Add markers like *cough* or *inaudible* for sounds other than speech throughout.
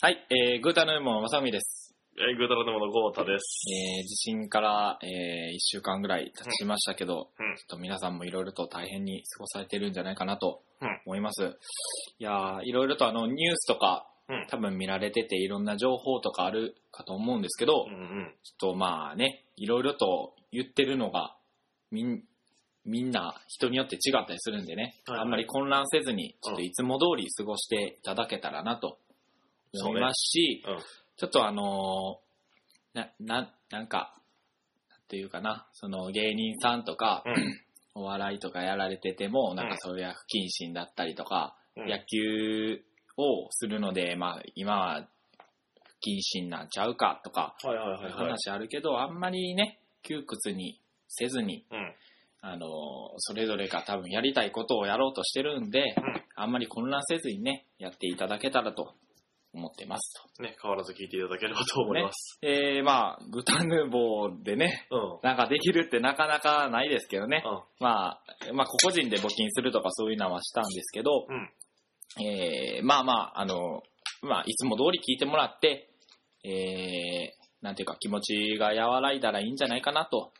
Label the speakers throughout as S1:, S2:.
S1: はい、えー、グータヌーモン、まさみです。
S2: えー、グータラネモのゴータです。
S1: えー、地震から、えー、一週間ぐらい経ちましたけど、
S2: うんうん
S1: ちょっと皆さんもいろいろと大変に過ごされてるんじゃないかなと
S2: うん
S1: 思います。いやー、いろいろとあの、ニュースとか、
S2: うん
S1: 多分見られてて、いろんな情報とかあるかと思うんですけど、
S2: うんうん。
S1: ちょっとまあね、いろいろと言ってるのが、みん、みんな人によって違ったりするんでね、
S2: はい
S1: あんまり混乱せずに、ちょっといつも通り過ごしていただけたらなと思いますし、
S2: そうねうん
S1: ちょっとあのーな、な、なんか、なんていうかな、その芸人さんとか、お笑いとかやられてても、なん
S2: う
S1: か
S2: ん
S1: そういう不謹慎だったりとか、
S2: うん
S1: 野球をするので、まあ今は不謹慎なんちゃうかとか、
S2: はいはいはいはい。
S1: 話あるけど、あんまりね、窮屈にせずに、
S2: うん。
S1: あのー、それぞれが多分やりたいことをやろうとしてるんで、
S2: ん
S1: あんまり混乱せずにね、やっていただけたらと思ってます
S2: ね、変わらず聞いていただければと思います。
S1: と。えー、まあ、グタヌーボーでね、
S2: うん。
S1: なんかできるってなかなかないですけどね。
S2: うん。
S1: まあ、まあ、個々人で募金するとかそういうのはしたんですけど、
S2: うん。
S1: えーまあまあ、あの、まあ、いつも通り聞いてもらって、えーなんていうか気持ちが和らいだらいいんじゃないかなと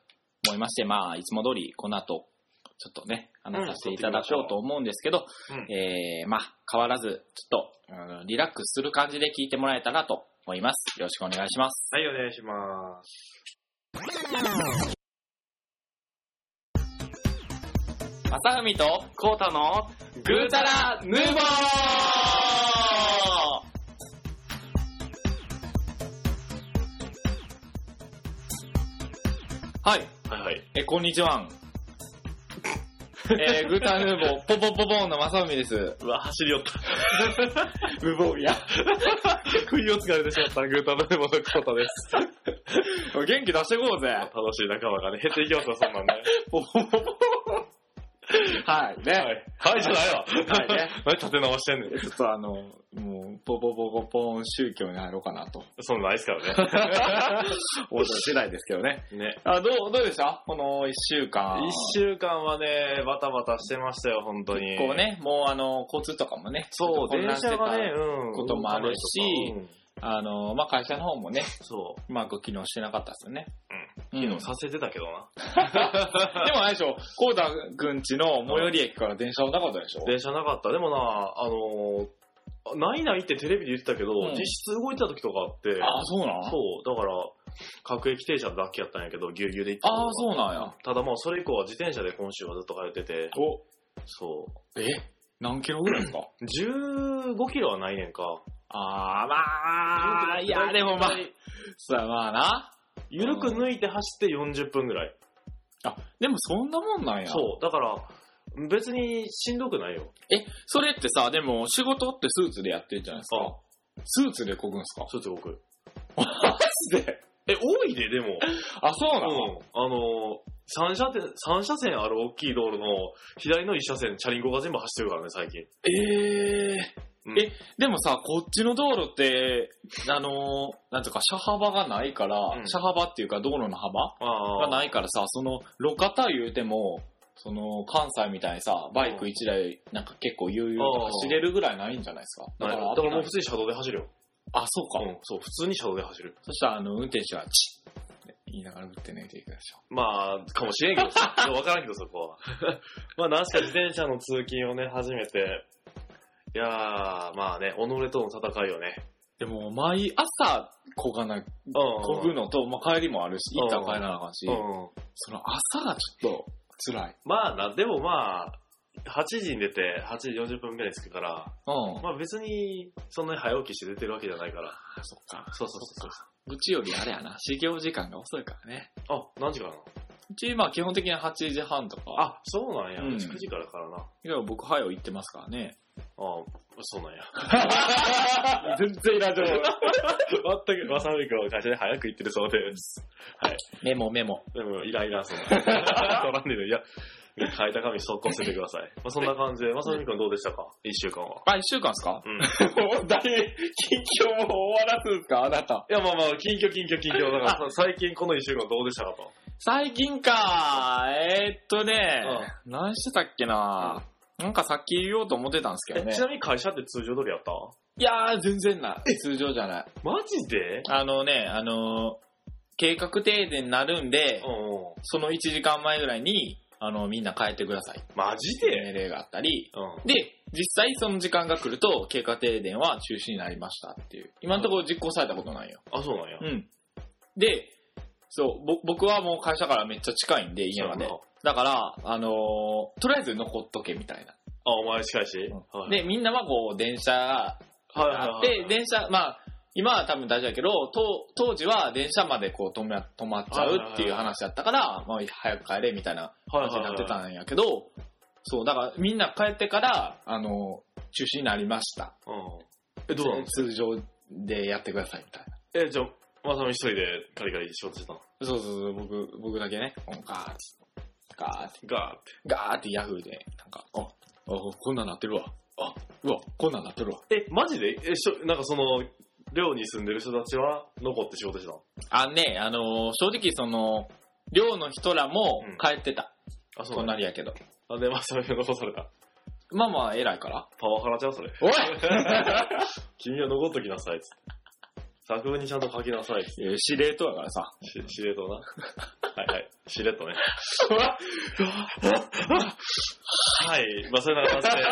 S1: 思いまして、まあ、いつも通りこの後、ちょっとね、話させていただこうと思うんですけど、
S2: うん
S1: えーまあ、変わらず、ちょっと、うんリラックスする感じで聞いてもらえたらと思います。よろしくお願いします。
S2: はい、お願いします。
S1: 朝海と、
S2: ゴータの
S1: ぐーたらヌーボーはい。
S2: はいはい。
S1: え、こんにち *laughs* は。えー、グータヌーボー、ポポポポンの正海です。
S2: うわ、走り寄った。
S1: 無防備や。
S2: 不意をつかれてしまったグータラネモのゴータです。
S1: *laughs* 元気出してこうぜ。
S2: 楽しい仲間がね、減っていきますよ、そんなん *laughs* ね。
S1: ポポポポはい、ね。
S2: はい。 *laughs* はい、じゃないわ。
S1: はいね。
S2: 何立て直してんねん。
S1: ちょっとあの、もう、ポポポポポン宗教に入ろうかな *laughs* と。
S2: そんなんないですから
S1: 思った次第ですけどね。
S2: ね。ね。
S1: あ、どう、どうでしたこの一週間。
S2: 一週間はね、バタバタしてましたよ、本当に。
S1: 結構。ね、もうあの、交通とかもね、
S2: そう、
S1: ちょっと混
S2: 電
S1: 乱して
S2: 車
S1: た
S2: がね、うん。
S1: こともあるし
S2: うん
S1: あの、まあ、会社の方もね、
S2: そう。
S1: うまく機能してなかったですよね。うん。
S2: 機能
S1: でも
S2: させてたけどな。
S1: あれでしょ、コーダくんちの最寄り駅から電車はなかったでしょ
S2: 電車なかった。でもな、あのー、ないないってテレビで言ってたけど、
S1: うん
S2: 実質動いてた時とかあって、
S1: あ、そうなん
S2: そう、だから、各駅停車だけやったんやけど、ぎゅうぎゅうで行ってたのが
S1: ああ、そうなんや。
S2: ただもうそれ以降は自転車で今週はずっと通ってて、
S1: お、
S2: そ
S1: え何キロぐらいですか
S2: う。15キロはないねんか。
S1: ああ、まあ、いや、でもまあ、さあまあな。
S2: ゆるく抜いて走って40分ぐらい。
S1: あ、でもそんなもんなんや。
S2: そう、だから、別にしんどくないよ。
S1: え、それってさ、でも仕事ってスーツでやってるじゃないですか。
S2: あ
S1: スーツでこぐんすか
S2: そうすごく。
S1: マジで
S2: え、多いで、でも。
S1: *laughs* あ、そうなの、
S2: うん、あのー、3車線、三車線ある大きい道路の左の1車線、チャリンコが全部走ってるからね、最近。
S1: ええ
S2: うん
S1: え、でもさ、こっちの道路って、あのーなんていうか、車幅がないから、
S2: うん
S1: 車幅っていうか道路の幅
S2: あ
S1: がないからさ、その、路肩言うても、その、関西みたいにさ、バイク1台、なんか結構悠々と走れるぐらいないんじゃないですか。
S2: だ
S1: だ
S2: か
S1: からら、
S2: だからもう普通に車道で走るよ。
S1: あ、そうか。
S2: うん、そう、普通に車道で走る。
S1: そしたら、あの、運転手は、チッって言いながら打って抜いていくでしょ。
S2: まあ、かもしれんけど *laughs* さ、わからんけどそこは。 *laughs* まあ、なんしか自転車の通勤をね、初めて。いやー、まあね、己との戦いよね。
S1: でも、毎朝、こがな、
S2: うん。
S1: こぐのと、まあ、帰りもあるし、行ったら帰らなあかんし、
S2: うん。
S1: その朝がちょっと、辛い。
S2: まあな、でもまあ、8時に出て、8時40分ぐらいに着くから、
S1: うん。
S2: まあ別に、そんなに早起きして出てるわけじゃないから。
S1: あ、そっか。
S2: そうそうそうそう。
S1: うちよりあれやな、始業時間が遅いからね。
S2: あ、何時からな
S1: うち、まあ基本的に8時半とか、あ、
S2: あ、そうなんや。
S1: うん
S2: うち9時からからな。あ
S1: いや僕早う行ってますからね。
S2: あ、そうなんや。
S1: 全然いらん情報。
S2: 全く、わさみくんは会社で早く行ってるそうです。
S1: *laughs* メモメモ。
S2: でも、イライラ、そん *laughs* な。取らんでる。いや、書いた紙速攻捨ててください。まあ、そんな感じで、わさみくんどうでしたか一週間は。
S1: あ、一週間ですか
S2: うん。い
S1: もう大、緊張も終わらすんすかあなた。
S2: や、まあまあ、近況近況近況。だから、 *laughs* 最近この一週間どうでしたかと。
S1: 最近かえー、っとね、何してたっけな、なんかさっき言おうと思ってたんですけど
S2: え、
S1: ね
S2: ち。なみに会社って通常通りやった
S1: いやー、全然な。通常じゃない。
S2: マジで
S1: あのね、あのー計画停電になるんで
S2: う、んうん。
S1: その1時間前ぐらいに、あの、みんな帰ってください。
S2: マジで
S1: 命令があったり、
S2: うん。
S1: で、実際その時間が来ると、経過停電は中止になりましたっていう。今のところ実行されたことないよ。
S2: あ、そうなんや。
S1: うん。で、そう、ぼ僕はもう会社からめっちゃ近いんで、家まで。だから、あのーとりあえず残っとけみたいな。
S2: あ、お前近いし。
S1: うん
S2: はい
S1: で、みんなはこう、電車が
S2: はいはい
S1: あっ
S2: はい
S1: て、電車、まあ、今は多分大事だけど、当当時は電車までこう止め止まっちゃうっていう話だったから、まあ、早く帰れみたいな
S2: は
S1: 感
S2: い
S1: じになって
S2: ん
S1: たんやけど、そう、だからみんな帰ってから、あの、中止になりました。
S2: うん。え、どうなの
S1: 通常でやってくださいみたいな。
S2: え、じゃあ、まさみ一人でカリカリ仕事してたの
S1: そうそうそう、僕、僕だけね、ガーッて、ガーッて、
S2: ガーって。
S1: ガーってヤフーで、なんか、あ、あ、こんなんなってるわ。あ、うわ、こんなんなってるわ。
S2: え、マジでえ、しょ、なんかその、寮に住んでる人たちは残って仕事してたの
S1: あのね、あのー正直その、寮の人らも
S2: うん
S1: 帰ってた。
S2: あ、そうなん
S1: 隣
S2: や。
S1: やけど。
S2: あ、で、まさみが残された。
S1: まあまあ、偉いから。
S2: パワハラちゃうそれ。 *laughs*
S1: おい
S2: 君は残っときなさいっつって。作文にちゃんと書きなさいっつっ
S1: え司令塔やからさ。 *laughs*
S2: て。し司令塔な。はいはい。司令塔ね。はい。まあ、そういうような *laughs* 感じで。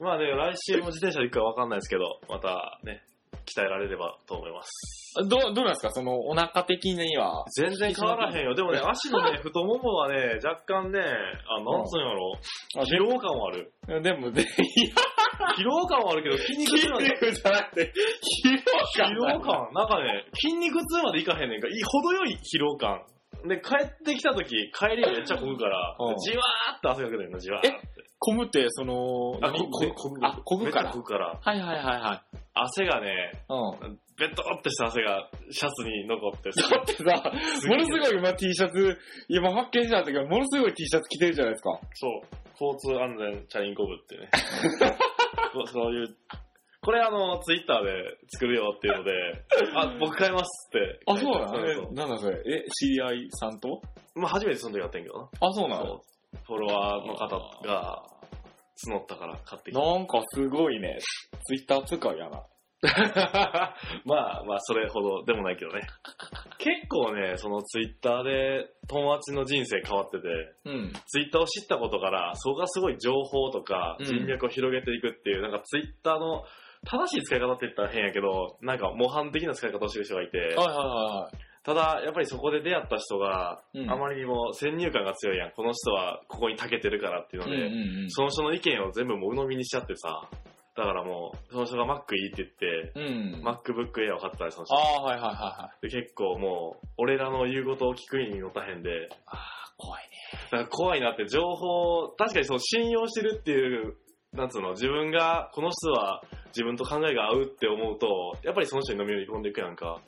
S2: まあね、来週も自転車で行くかわかんないですけど、またね、鍛えられればと思います。
S1: どう、どうなんですかその、お腹的には。
S2: 全然変わらへんよ。でもね、足のね、太ももはね、若干ね、あ、なんつうんやろ。
S1: あ
S2: 疲労感はある。
S1: でも、で、
S2: 疲労感はあるけど、筋肉
S1: 筋
S2: 痛なんだよ。
S1: 肉じゃなくて、疲
S2: 疲
S1: 労感。
S2: 労感なんかね、筋肉痛までいかへんねんか。いい程よい疲労感。で、帰ってきた時、帰りめっちゃこぐから
S1: うん、
S2: じわーっと汗かけてるの、じわーって。
S1: こむって、その、
S2: あ、
S1: 何
S2: こ、こ、こぐ。
S1: あ、こぐか
S2: め
S1: ら
S2: っちゃ。こぐから。
S1: はいはいはいはい。
S2: 汗がね、
S1: うん。
S2: ベトーってした汗がシャツに残 *laughs* って、す
S1: だってさ、ものすごい今 T シャツ、今発見したんだけど、ものすごい T シャツ着てるじゃないですか。
S2: そう。交通安全チャリンコ部って *laughs* ね。こそういう。これあの、ツイッターで作るよっていうので、あ、僕買いますって。
S1: あ、そうな
S2: そ
S1: の
S2: うそ
S1: えなんだそれ。え、知り合いさんと
S2: うまあ初めてその時やってんけどな。
S1: あ、そうなの
S2: そう。フォロワーの方が募ったから買ってきた。
S1: なんかすごいね。ツイッター使いやな。
S2: *laughs* まあまあそれほどでもないけ *laughs* どね。結構ね、そのツイッターで友達の人生変わってて、
S1: うん。
S2: ツイッターを知ったことから、そこがすごい情報とか
S1: うん
S2: 人脈を広げていくっていう、なんかツイッターの正しい使い方って言ったら変やけど、なんか模範的な使い方をしてる人がいて、
S1: はいは
S2: ただやっぱりそこで出会った人が、
S1: いはい。うん
S2: あまりにも先入観が強いやん。この人はここに長けてるからっていうの
S1: うん
S2: で、
S1: うん
S2: その人の意見を全部もう鵜呑みにしちゃってさ、だからもう、その人が Mac いいって言って、
S1: うん。うん。
S2: MacBook Air を買ったりその人
S1: あ。あ、はいはいはいはい。
S2: で結構もう、俺らの言うことを聞く意味に乗ったへんで、
S1: ああ、怖いね。
S2: なんか怖いなって情報、確かにその信用してるっていう、なんつうの、自分が、この人は自分と考えが合うって思うと、やっぱりその人に飲み込んでいくやんか。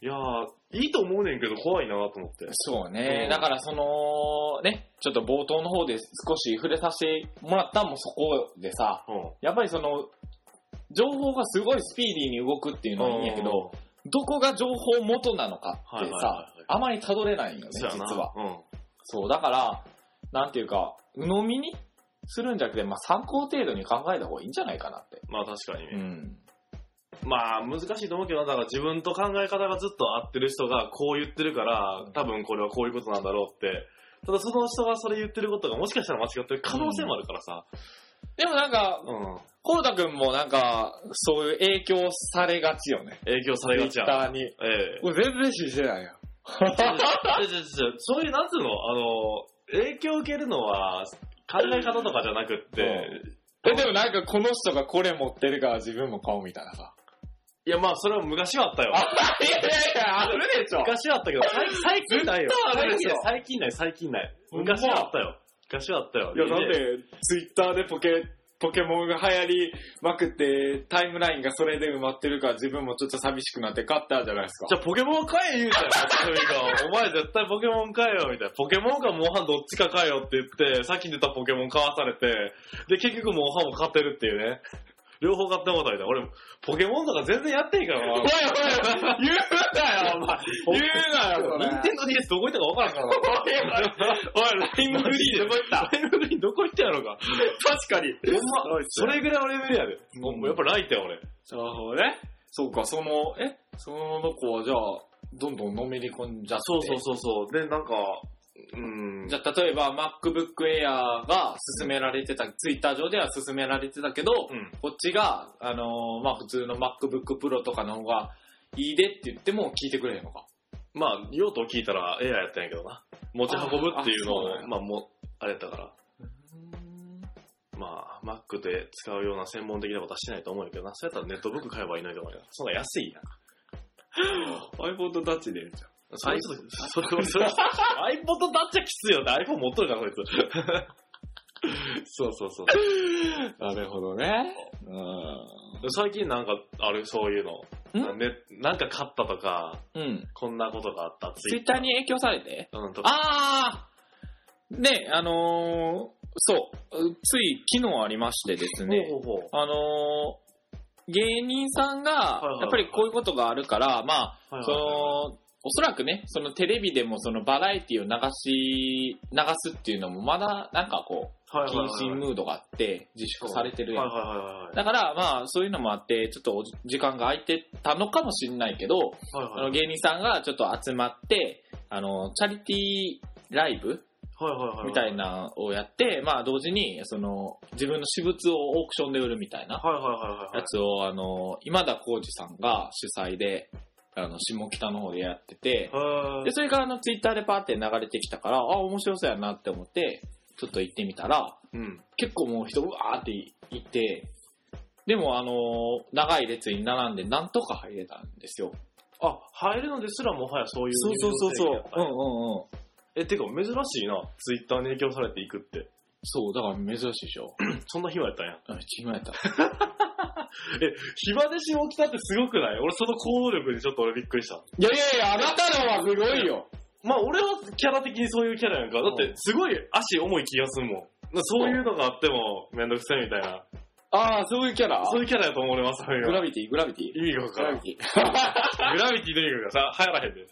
S2: いやー、いいと思うねんけど怖いなと思って。
S1: そう
S2: う
S1: ね。
S2: ん
S1: だからその、ね、ちょっと冒頭の方で少し触れさせてもらったのもそこでさ、
S2: う。
S1: やっぱりその、情報がすごいスピーディーに動くっていうんのはいいんやけど、どこが情報元なのかっ
S2: はい
S1: て
S2: はい
S1: さ
S2: はいはい、
S1: あまり辿れないんよね、
S2: そうやな、
S1: 実は。
S2: うん。
S1: そう、だから、なんていうか、鵜呑みにするんじゃなくて、まあ参考程度に考えた方がいいんじゃないかなって。
S2: まあ確かにね。
S1: ん。
S2: まあ難しいと思うけどな、だから自分と考え方がずっと合ってる人がこう言ってるから、多分これはこういうことなんだろうって。ただその人がそれ言ってることがもしかしたら間違ってる可能性もあるからさ。
S1: でもなんか、
S2: うん。
S1: コロタ君もなんか、そういう影響されがちよね。
S2: 影響されがちやん。
S1: Twitter に。
S2: ええ。
S1: 俺全然信じてないよ。
S2: いやいやいやいやそういう、なんつうのあの、影響を受けるのは、考え方とかじゃなくって、
S1: え、でもなんかこの人がこれ持ってるから自分も買おうみたいなさ。
S2: いや、まあ、それは昔はあったよ。
S1: いやいやいや、あるでしょ
S2: 昔はあったけど、最最近ないよ
S1: ずっ。とあるでしょ
S2: 最近ない、最近ない。
S1: ほんま
S2: 昔はあったよ。昔はあったよ。
S1: いや、なんで、ツイッターでポケ、ポケモンが流行りまくって、タイムラインがそれで埋まってるから自分もちょっと寂しくなって買ったじゃないです
S2: じ
S1: か。
S2: ゃあポケモン買え言うじゃん、そういうかお前絶対ポケモン買えよ、みたいな。ポケモンかモンハンどっちか買えよって言って、さっき出たポケモン買わされて、で、結局モンハンも買ってるっていうね。両方買ってもうたみたいな。俺、ポケモンとか全然やってへんから
S1: おいお
S2: *laughs* な。
S1: い、言うなよ、お前。言うなよ、
S2: 任天堂 DS どこ行ったか分からんから
S1: おい
S2: *laughs*
S1: おい、ラインフリーでどこ行った
S2: な。ライブにどこ行ったやろうか。
S1: 確かに。
S2: ほんま、それぐらいのレベルやで。
S1: うん
S2: もうやっぱライトや俺。
S1: そうね。そうか、その、えその子はじゃあ、どんどんのめり込んじゃって。
S2: そうそうそうそう。で、なんか、うん。
S1: じゃあ、例えば MacBook Air が勧められてた、Twitter 上では勧められてたけど、
S2: うん。
S1: こっちが、あのーまあ、普通の MacBook Pro とかの方がいいでって言っても聞いてくれへんのか。
S2: まあ、用途を聞いたらエアーやったんやけどな。持ち運ぶっていう
S1: あ
S2: の
S1: あそうなんや
S2: を、まあ、もう、あれやったから。まあ、Mac で使うような専門的なことはしてないと思うけどな。そうやったらネットブック買えばいいのにと思うよ。そんな安 *laughs* いやん。
S1: iPod Touch でるじゃん。
S2: それ、それ、それ、iPod *laughs* だっちゃきついよって iPhone 持っとるから、こいつ。 *laughs* そうそうそう。
S1: なるほどね。
S2: 最近なんか、ある、そういうの。
S1: ん
S2: ね、なんか買ったとか、
S1: うん。うん。
S2: こんなことがあった。
S1: Twitter に影響されて
S2: うん、とか。
S1: ああね、あのーそう、つい昨日ありましてですね、
S2: ほうほうほ
S1: あのー芸人さんが
S2: いはいは、い
S1: やっぱりこういうことがあるから、ま
S2: う。は
S1: あ、
S2: い
S1: そ
S2: はいはい
S1: の、おそらくね、そのテレビでもそのバラエティを流し、流すっていうのもまだなんかこ
S2: は
S1: う、
S2: いはいはい
S1: 謹慎ムードがあって自粛されてるやん。
S2: はいはいはいはい。
S1: だからまあそういうのもあって、ちょっとお時間が空いてたのかもしれないけど、
S2: はい
S1: あ
S2: はい
S1: の芸人さんがちょっと集まって、あの、チャリティーライブ
S2: はいはい。
S1: みたい。なのをやって、まあ同時に、その、自分の私物をオークションで売るみたいな
S2: はいはいはいは
S1: や
S2: い。
S1: つを、あの、今田耕司さんが主催で、あの、下北の方でやってて、
S2: は
S1: で、それがあの、ツイッターでパーって流れてきたから、あ、面白そうやなって思って、ちょっと行ってみたら、
S2: うん。
S1: 結構もう人、うわーって行って、でもあの、長い列に並んで、なんとか入れたんですよ。
S2: あ、入るのですらもはやそういう。
S1: そうそうそうそう。うんうんうん。
S2: え、てか珍しいな。ツイッターに影響されていくって。
S1: そう、だから珍しいでしょ。
S2: そんな暇やったんや。
S1: あ暇やった。
S2: え、暇で下北ってすごくない俺その行動力にちょっと俺びっくりした。
S1: いやいやいや、あなたのはすごいよ。
S2: まあ俺はキャラ的にそういうキャラやんか。だってすごい足重い気がするもん。なそういうのがあってもめんどくせえみたいな。
S1: ああ、そういうキャラ
S2: そういうキャラやと思われます、
S1: グラビティ、グラビティ。
S2: 意味がわ
S1: グ
S2: から
S1: ラ
S2: ん。
S1: ビティ。
S2: グラビティの意味がさ、流行らへんで。
S1: い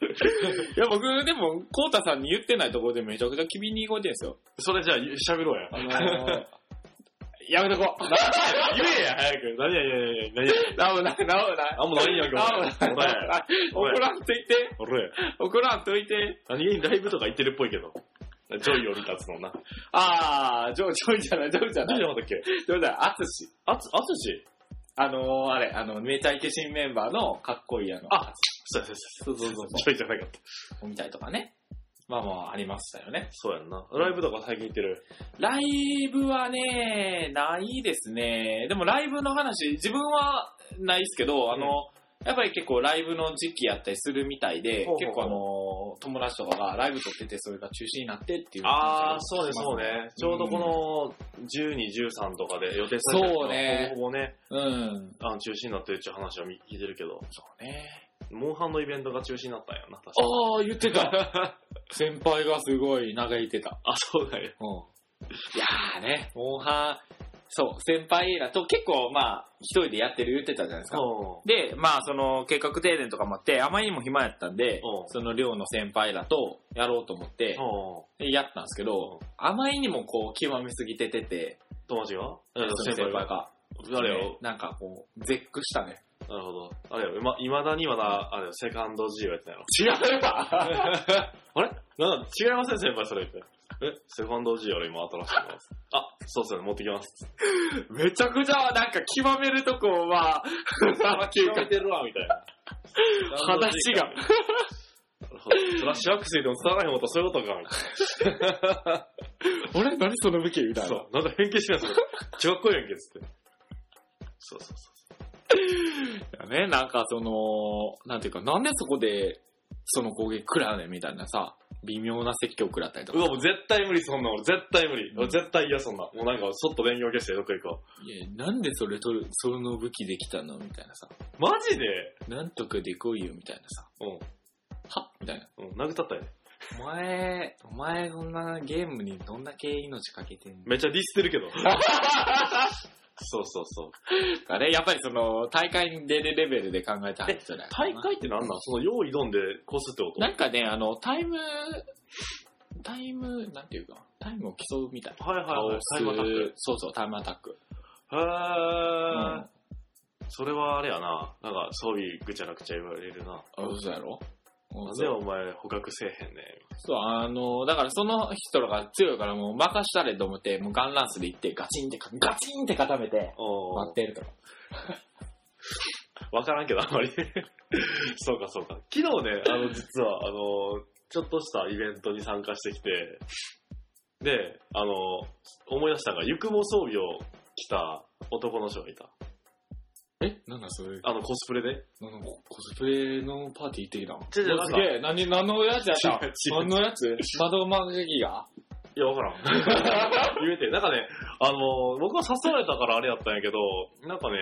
S1: や、僕、でも、コウタさんに言ってないところでめちゃくちゃ機敏に動いてるんですよ。
S2: それじゃあ喋ろうや。
S1: あのー、 *laughs* やめとこう。
S2: 言えや、早く。何や、いやいやいや、何や。
S1: なおない、なおない。
S2: あんまないやんけ、
S1: なおない
S2: お前。おい
S1: 怒らんといて、
S2: 俺、
S1: 怒らんといて。
S2: 何気にライブとか行ってるっぽいけど。ジョイを見たっつのな。ジ
S1: ああ、ジョージョージじゃない、ジョージじゃ
S2: ョ
S1: な
S2: イ
S1: い。
S2: じゃなかったっけ
S1: ジョージじゃない、アツシ。
S2: あつ、あつし
S1: あのー、あれ、あの、めちゃイケ新メンバーのかっこいいあの、
S2: あ、そうやそうやそ
S1: そうそうそう
S2: うや。ジョイじゃなかった。
S1: そう、みたいとかね。まあまあ、ありましたよね。
S2: そうやんな。ライブとか最近行ってる。
S1: ライブはね、ないですね。でもライブの話、自分はないですけど、あの、やっぱり結構ライブの時期やったりするみたいで、
S2: ほうほう
S1: 結構あの、友達とかがライブ撮ってて、それが中止になってっていう。
S2: あー、そうね、そう
S1: ね。
S2: ね。ちょうどこの12、13とかで予定されてる
S1: そうね
S2: ほぼほぼね、
S1: うん。
S2: あの中止になってるっていう話は見聞いてるけど、
S1: そうね。
S2: モンハンのイベントが中止になったんやな、確か
S1: ああ、言って
S2: *laughs*
S1: た。先輩がすごい嘆いてた。
S2: あ、そうだよ。
S1: うん。いやーね、モンハン、そう、先輩らと結構まあ、一人でやってる言ってたじゃないですか。
S2: そ
S1: で、まあ、その、計画停電とかもあって、あまりにも暇やったんで
S2: うん、
S1: その寮の先輩らとやろうと思って
S2: う。、うん。
S1: でやったんですけど、あまりにもこう、極めすぎててて、
S2: 友達が
S1: その先輩。が、
S2: あれよ。
S1: なんかこう、絶句したね。
S2: なるほど。あれよ。ま、未だにまだ、あれよ、セカンド G をやってたやろ。
S1: 違うわ
S2: あれなんか違いません、先輩、それ言って。え、セカンド G より今新しいのです。あ、そうっすよね、持ってきます。
S1: *laughs* めちゃくちゃ、なんか極めるとこは、 *laughs*
S2: 決めてるわ、みたいな。
S1: 話が。
S2: なるほどフラッシュアクセルでも伝わらへんもんとそういうことか、みた
S1: 俺何その武器みた
S2: いな。
S1: い
S2: そ
S1: な。
S2: う。なんか変形してないですよ。違う声やんけ、つって。そうそうそ
S1: ね、なんかその、なんていうか、なんでそこで、その攻撃食らうねんみたいなさ、微妙な説教食らったりと
S2: う。う
S1: か。
S2: わ、もう絶対無理、そんな俺。絶対無理。
S1: うん
S2: 俺絶対嫌、そんな。もうなんか、そっと勉強消して、どっか行こ
S1: いや、なんでそれ取る、その武器できたのみたいなさ。
S2: う。マジで
S1: なんとかでこいよ、みたいなさ。
S2: うん。
S1: はみたいな。
S2: うん、殴ったったよね。
S1: お前、お前そんなゲームにどんだけ命かけてんの
S2: *laughs* めっちゃディスってるけど。そうそうそう。
S1: あれ、やっぱりその、大会に出るレベルで考えてはるんじゃない
S2: 大会ってなんなんその用意どんでこすってこと
S1: なんかね、あの、タイム、タイム、なんていうか、タイムを競うみたいな。
S2: はいはいはい。タイムアタック。
S1: そうそう、タイムアタック。
S2: へー、それはあれやな。なんか、そういうぐちゃなくちゃ言われるな。
S1: うん。あ、嘘やろ
S2: な
S1: うんそ
S2: で
S1: う
S2: お前捕獲せえへんね
S1: そう、あの、だからその人らが強いからもう任したれと思って、もうガンランスで行ってガチンってか、ガチンって固めて、
S2: お
S1: 待ってるとか。
S2: わからんけど、あんまり。 *laughs* そうか、そうか。昨日ね、あの、実は、あの、ちょっとしたイベントに参加してきて、で、あの、思い出したのが、ゆくも装備を着た男の人がいた。
S1: えなんだそれ、
S2: あの、コスプレで。
S1: なんかコスプレのパーティー行ってきたの
S2: 違う違う
S1: うわすげえ、何、何のやつやった
S2: 違う違
S1: 何
S2: う
S1: のやつ窓マギギが
S2: いや、わから *laughs* ん。言えて。なんかね、あの、僕は誘われたからあれやったんやけど、なんかね、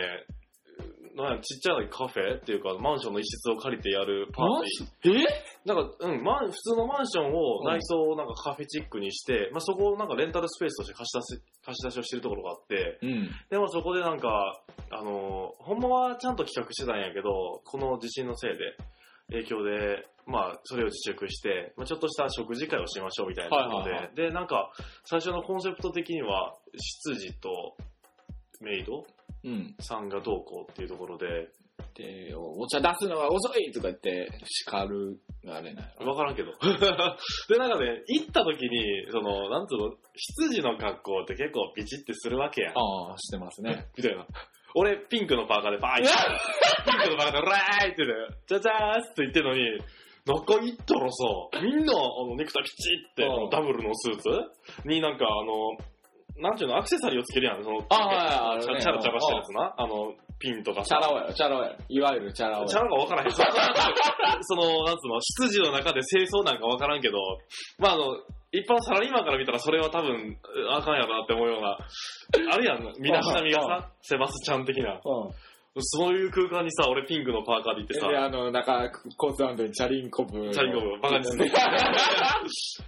S2: なんやちっちゃいカフェっていうか、マンションの一室を借りてやるパーティー。
S1: え
S2: なんか、うん、マン、普通のマンションを内装をなんかカフェチックにして、まあそこをなんかレンタルスペースとして貸し出し、貸し出しをしてるところがあって、
S1: うん。
S2: でもそこでなんか、あのー、ほんまはちゃんと企画してたんやけど、この地震のせいで、影響で、まあそれを自粛して、まあちょっとした食事会をしましょうみたいなことで、
S1: はいはいは
S2: で、なんか、最初のコンセプト的には、執事とメイド
S1: うん。
S2: さんがどうこうっていうところで、
S1: で、お茶出すのが遅いとか言って、叱るがあれない。
S2: わからんけど。 *laughs* で、なんかね、行った時に、その、なんつうの、羊の格好って結構ビチってするわけやん。
S1: ああ、してますね。
S2: みたいな。俺、ピンクのパーカーでバーイピンクのパーカーでラーイって言って、じゃじゃーっつって言ってんのに、中行ったらさ、みんな、あの、ネクタイピチって、
S1: うん
S2: あのダブルのスーツになんか、あの、なんていうの、アクセサリーをつけるやん。その、
S1: あはいはい
S2: チ
S1: ある
S2: ャ
S1: ね
S2: チャラチャラしたやつな。あの、ピンとか
S1: チャラ男やろ、チャラ男やろ。いわゆるチャラ
S2: ちゃ
S1: 男
S2: うか分
S1: *laughs*
S2: からへん。その、なんつうの、執事の中で清掃なんか分からんけど、まああの、一般のサラリーマンから見たらそれは多分、あかんやろなって思うような、あるやん、身だしなみがさ、セバスチャン的な。そういう空間にさ、俺ピンクのパーカーで行ってさ
S1: うん。で、、あの、なんか、コースラウンドにチャリンコブ。
S2: チャリンコブ、バカに *laughs* すんね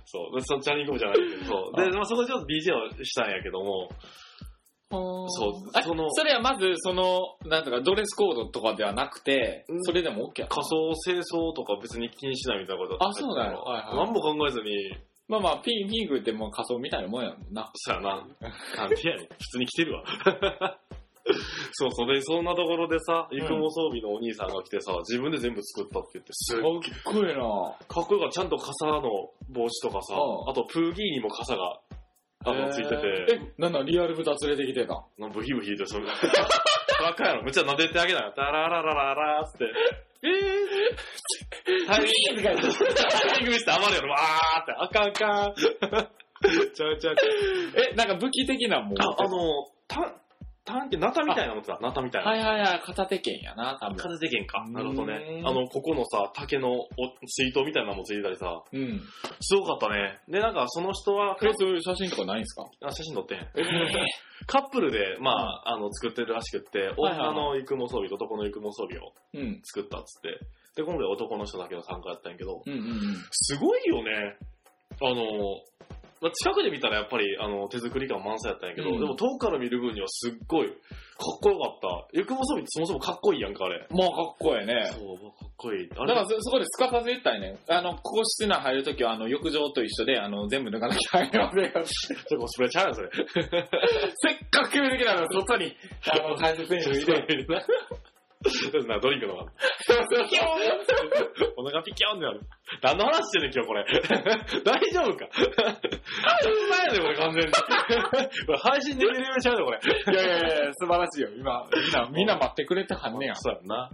S2: そう、そのチャリンコブじゃないけど、そう。で、まあ、そこでちょっと DJ をしたんやけども、そう
S1: あ
S2: その
S1: それはまず、その、なんとか、ドレスコードとかではなくて
S2: う、ん
S1: それでも OK や。
S2: 仮想清掃とか別に気にしないみたいなことだったけど
S1: あそうなんやはいはい
S2: 何も考えずに、
S1: まあまあ、ピン、ピンクってもう仮装みたいなもんやもんな。
S2: そやな。なんでやねん。普通に来てるわ。 *laughs* そうそう。で、そんなところでさ、
S1: ん
S2: 育毛装備のお兄さんが来てさ、自分で全部作ったって言って、すっ
S1: かっこいいな
S2: かっこよかった。ちゃんと傘の帽子とかさ、
S1: うん
S2: あとプーギーにも傘が、あの、ついてて、
S1: え、なんだ、リアル豚連れてきてた。
S2: なんかブヒブヒって、 *laughs* それ。バカやろ。めっちゃ撫でてあげなよ。ダラララララーっつって。
S1: *laughs*
S2: *laughs* えー、タイミング、タイミングして余るやろ。わーって。あかんあ *laughs* かん。ちゃうちゃうちゃう。
S1: え、なんか武器的なもん。
S2: あ、あの、た、たんって、ナタみたいなもんさ、ナタみたいな。
S1: はいはいはい、片手剣やな、多分。
S2: 風でけんか。なるほど
S1: う
S2: ね
S1: ー。ん
S2: あの、ここのさ、竹のお水筒みたいなのもついてたりさ、
S1: うん。
S2: すごかったね。で、なんか *laughs* その人は、
S1: え、そういう写真とかないんすか
S2: あ写真撮って *laughs* ん。
S1: え
S2: カップルで、まあ、あの、作ってるらしくって、
S1: はいはい
S2: 女の育毛装備と男の育毛装備を
S1: うん。
S2: 作ったっつって。で、今回男の人だけの参加やったんやけど、
S1: うんうんうん。
S2: すごいよね。あの、まあ近くで見たらやっぱりあの手作り感満載やったんやけど、
S1: うん
S2: でも遠くから見る分にはすっごいかっこよかった。育毛装備ってそもそもかっこいいやんか、あれ。
S1: まあ、かっこええね。
S2: そう、かっこいい。あ
S1: だ
S2: れ
S1: からそ、そこですかさず言ったよね。あの、ここ室内入るときは、あの、浴場と一緒で、あの、全部脱がなきゃ入れませんよ。
S2: ちょっとコスプレちゃうやん、それ。
S1: *laughs* せっかく決めてきたの、外に、あの、解説選手 *laughs* いて。
S2: *laughs* なドリンクの *laughs* お腹ピキョンってなる。何の話してんねん、今日これ。 *laughs* 大丈夫か前でこれ完全に。 *laughs* これ配信で見れるようにちゃうで、これ。
S1: いやいやいや、素晴らしいよ。今、みんな、みんな待ってくれてはんねや。
S2: そうやんな。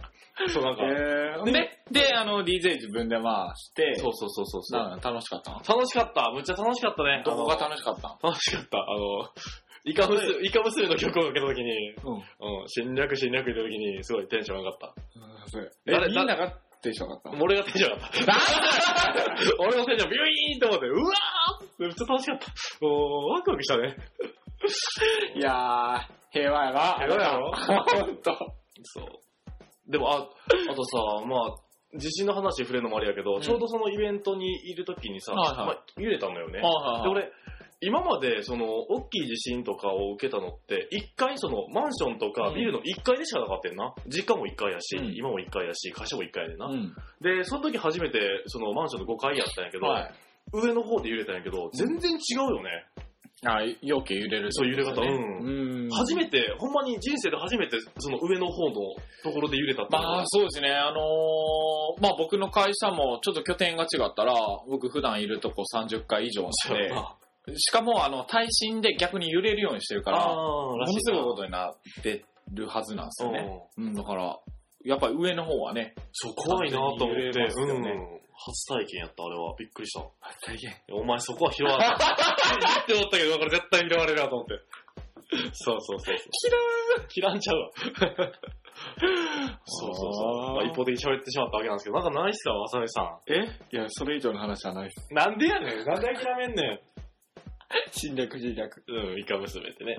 S2: そう、なんか。
S1: えー、で、で、あの、DJ 自分でまあして、
S2: そうそうそうそうそう。
S1: なんか楽しかったん
S2: 楽しかった。むっちゃ楽しかったね。
S1: どこが
S2: あ
S1: 楽しかったん
S2: の楽しかった。あの、イカ娘、イカ娘の曲をかけたときに、
S1: うん。
S2: うん、侵略侵略ってときに、すごいテンション上がった。
S1: え、
S2: 誰
S1: みんながテンション上がったの
S2: 俺がテンション上がった。
S1: *laughs*
S2: 俺のテンションビュイーンって思って、うわーめっちゃ楽しかった。もう、ワクワクしたね。
S1: いやー、平和やな。
S2: 平和
S1: *laughs*
S2: やろ
S1: ほんと。
S2: そう。でも、あ、あとさ、まあ、地震の話触れるのもあれやけど、
S1: うん
S2: ちょうどそのイベントにいるときにさ、
S1: はいはい
S2: まあ、揺れたのよね。
S1: あ
S2: で、俺、今まで、その、大きい地震とかを受けたのって、一階、その、マンションとか
S1: うん
S2: ビルの1階でしかなかったよな。実家も1階やし、
S1: うん
S2: 今も1階やし、会社も1階やでな。
S1: うん。
S2: で、その時初めて、その、マンションの5階やったんやけど、
S1: はい。
S2: 上の方で揺れたんやけど、全然違うよね。
S1: あ、容器揺れる、。
S2: そう揺れ方うん
S1: うん。
S2: 初めて、ほんまに人生で初めて、その上の方のところで揺れたってこと
S1: まあそうですね、あのーまあ僕の会社もちょっと拠点が違ったら、僕普段いるとこ30回以上
S2: そうや
S1: な
S2: な。
S1: んで、しかもあの耐震で逆に揺れるようにしてるから、も
S2: あー
S1: の
S2: らし
S1: す
S2: い
S1: ごい
S2: な
S1: ことになってるはずなんですよね。
S2: うん
S1: うん、だから、やっぱり上の方はね、
S2: そう、怖いなと思っ
S1: 完全に揺れ
S2: て、
S1: ますよね
S2: うん初体験やった、あれは。びっくりした。
S1: 大変。
S2: お前そこは拾わない。 *laughs* って思ったけど、これ絶対拾われるなと思って。そうそう *laughs* そうそう。キラーンキランちゃうわ。そうそうそう。まあ、一方的に喋ってしまったわけなんですけど、なんかないっすか、わさみさ
S1: えいや、それ以上の話はないです。
S2: ん。なんでやねん。なんで諦めんねん。
S1: 侵略侵略。
S2: うん、イカ娘ってね。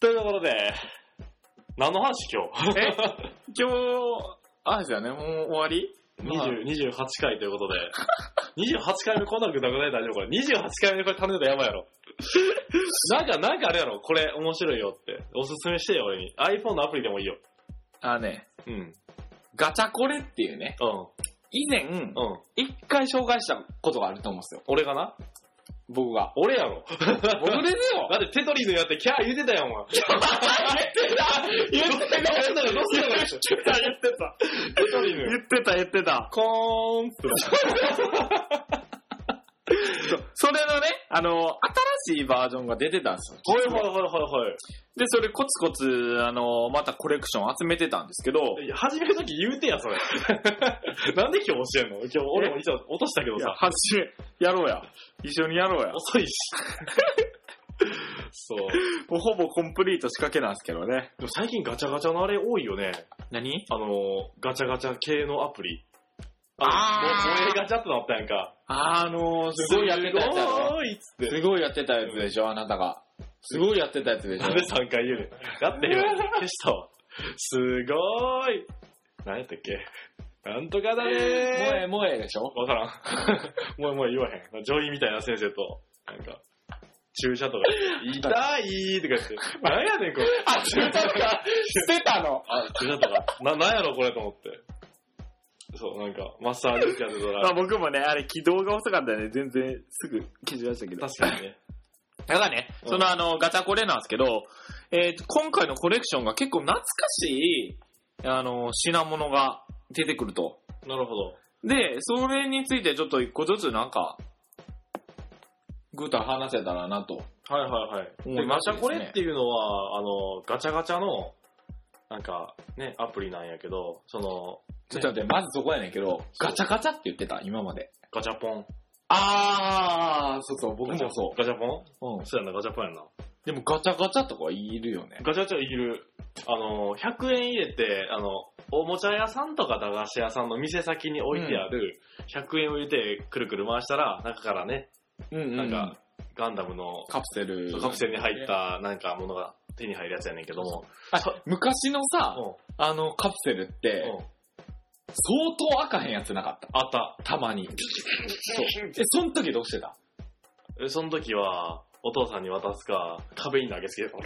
S2: というところで、何の話今日
S1: え今日、あれですよね、もう終わり
S2: ?20 ?28 回という *laughs* ことで。28回目こんなグダグダで大丈夫これ。28回目これ頼んだらやばいや *laughs* ろ。なんか、なんかあれやろ。これ面白いよって。おすすめしてよ、俺に。iPhone のアプリでもいいよ。
S1: あのね、
S2: うん。うん。
S1: ガチャコレっていうね、以前、
S2: うん。
S1: 一回紹介したことがあると思うんですよ。
S2: 俺かな
S1: 僕が。
S2: 俺やろ。
S1: 僕ですよ
S2: だってテトリのやってキャー言うてたやん、お前。言ってた言ってたどうすんだか言ってた言ってた。テトリの。
S1: ってた言ってた。
S2: コーンって。
S1: *laughs* それのね、あの、新しいバージョンが出てたんですよ。
S2: はいはいはいはいは
S1: で、それコツコツ、あの、またコレクション集めてたんですけど、
S2: い。始めるとき言うてや、 *laughs* それ。なんで今日教えんの今日俺も一応落としたけど
S1: いや、
S2: さ。
S1: 初め、やろうや。一緒にやろうや。
S2: 遅いし。そう。
S1: もうほぼコンプリート仕掛けなんですけどね。
S2: でも最近ガチャガチャのあれ多いよね。
S1: 何
S2: あのー、ガチャガチャ系のアプリ。
S1: あー
S2: もう萌えガチャってなったやんか。
S1: あの、すごいやってたやつやろ。
S2: すごいっつって。
S1: すごいやってたやつでしょ、あなたが。すごいやってたやつでしょ
S2: なんで。3回言うねん。だって今、消したわ。すごーい。何やったっけなんとかだ
S1: 萌
S2: ね
S1: え萌えでしょ
S2: ー。わからん。もうもう言わへん。女医みたいな先生と、なんか、注射とか、痛いとか言って、なんやねんこれ。
S1: あ、注射かしてたの
S2: あ、注射とか、な、なんやろこれと思って。そう、なんか、マッサージってやってた
S1: *laughs* まあ
S2: ら、
S1: 僕もね、あれ、起動が遅かったんで、全然すぐ気づきましたけど。
S2: 確かにね。
S1: だからね、
S2: うん
S1: そのあの、ガチャコレなんですけど、えーと今回のコレクションが結構懐かしい、あの、品物が出てくると。
S2: なるほど。
S1: で、それについてちょっと一個ずつなんか、ぐーたら話せたらなと。
S2: はいはいはい。
S1: うん
S2: で、ガチャコ
S1: マジです
S2: レ
S1: ね
S2: っていうのは、あの、ガチャガチャの、なんか、ね、アプリなんやけど、その、
S1: ちょっと待って、まずそこやねんけど、ガチャガチャって言ってた、今まで。
S2: ガチャポン。
S1: あー、そうそう、僕もそ
S2: ガチャポン
S1: う。うん。
S2: そうやな、ガチャポンやな。
S1: でもガチャガチャとかいるよね。
S2: ガチャガチャいる。あの、100円入れて、あの、おもちゃ屋さんとか駄菓子屋さんの店先に置いてある、100円を入れてくるくる回したら、中からね、
S1: うんう
S2: なんか、ガンダムの
S1: カプセル。
S2: カプセルに入ったなんかものが手に入るやつやねんけども。
S1: あ昔のさ、
S2: うん
S1: あのカプセルって、
S2: うん
S1: 相当開かへんやつなかった。
S2: あった。
S1: たまに。そう。え、その時どうしてた
S2: えその時は、お父さんに渡すか、壁に投げつける。 *laughs*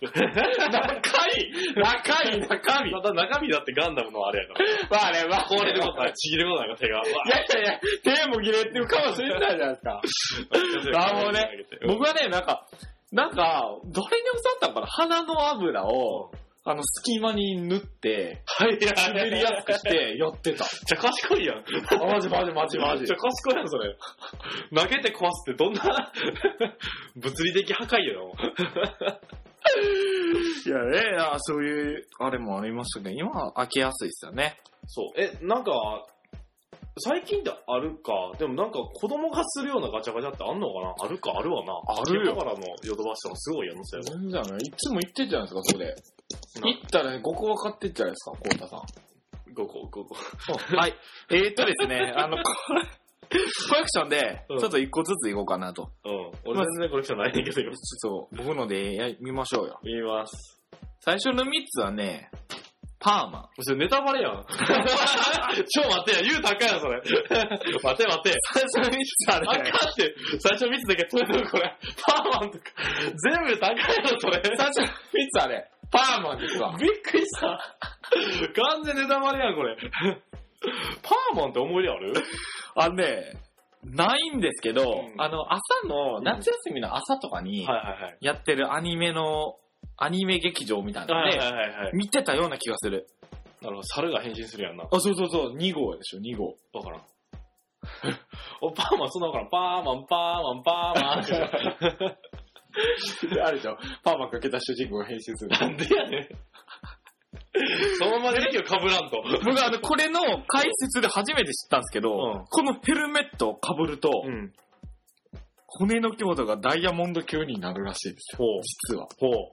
S1: 中身中身
S2: また中身だってガンダムのあれやから。
S1: まあね、まあ
S2: 壊れることない。ちぎることないから手
S1: い
S2: が。
S1: やいやいや、手も切れてるかもしれないじゃないですか。あ
S2: *laughs*
S1: もうね *laughs* 僕はね、なんか、なんか、どれに教わったのかな鼻の油を、あの、隙間に塗って、
S2: はい、や
S1: 滑りやすくしてやってた。
S2: めっちゃ賢いやん。
S1: あ、マジマジマジマ *laughs*
S2: めっ
S1: ジ
S2: ちゃ。賢いやん、それ。投げて壊すってどんな *laughs* 物理的破壊やろ。
S1: いやね、あそういう、あれもありましたけど、今は開けやすいですよね。
S2: そう。え、なんか、最近ってあるか。でもなんか子供がするようなガチャガチャってあんのかなあるか、あるわな。
S1: あるよ
S2: 秋葉原のヨドバシさんすごいやんの、それ。
S1: 全然あのいつも行ってんじゃないですか、そこで。
S2: な
S1: 行ったらね、5個分かってっじゃないですか、コウタさ
S2: ごこごこ。
S1: ん。はい。えー、っとですね、あの、こ *laughs* れ、コレクションで、
S2: うん
S1: ちょっと1個ずついこうかなと。
S2: うん。俺全然コレクションないねんだけど、今。
S1: ちょっと、僕のでや見ましょうよ。
S2: 見ます。
S1: 最初の3つはね、パー *laughs* マ。
S2: それネタバレ *laughs* やん。ちょ、待ってや、言うたらあかんやん、それ。待て待て。
S1: 最初に
S2: あかんって、最初3つだけ取れるこれ。パーマンとか、全部高いの、それ。
S1: 最初の3つあれ。パーマンですわ。
S2: びっくりした。完全ネタバレやん、こ *laughs* れ。パーマンって思い出ある
S1: あのね、ないんですけど、
S2: うん
S1: あの、朝の、夏休みの朝とかに、
S2: はいはいはい。
S1: やってるアニメの、アニメ劇場みたいなの
S2: はい
S1: で、
S2: はいはいはい。
S1: 見てたような気がする。
S2: あの、猿が変身するやんな。
S1: あ、そうそうそう、2号でしょ、2号。
S2: わからん。 *laughs* お、パーマン、そんなわからん。パーマン、パーマン、パーマンって。 *laughs*
S1: あるでしょ、パーマかけた主人公が変身する。
S2: なんでやねん。そのまま時期をかぶらんと。
S1: 僕あの、これの解説で初めて知ったんですけど、
S2: うん
S1: このヘルメットを被ると、
S2: ん。
S1: 骨の強度がダイヤモンド級になるらしいですよ。
S2: ほう。
S1: 実は。
S2: ほう。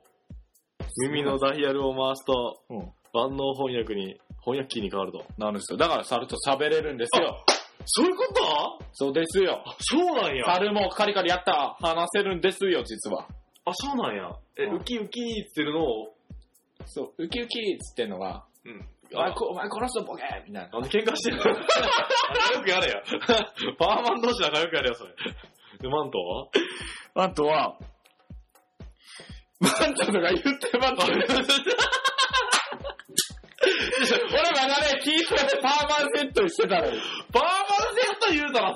S2: 耳のダイヤルを回すと、
S1: うん。
S2: 万能翻訳に、翻訳機に変わると。
S1: なるんですよ。だから猿と喋れるんですよ。
S2: そういうこと
S1: そうですよ。
S2: そうなんや。
S1: 猿もカリカリやったら話せるんですよ、実は。
S2: あ、そうなんや。え、
S1: うん
S2: ウキウキーって言ってるのを、
S1: そう、ウキウキっつってのは、
S2: うん。
S1: お前
S2: あ、
S1: こお前殺すぞ、ボケみたいな。
S2: なんで喧嘩して *laughs* んの仲良くやれや。パーマン同士仲良くやれや、それ。で、マントは
S1: マントは、マントとか言ってマント。俺まだね、聞いてパーマンセットにしてたのに。
S2: バーマンセット言うたらさ、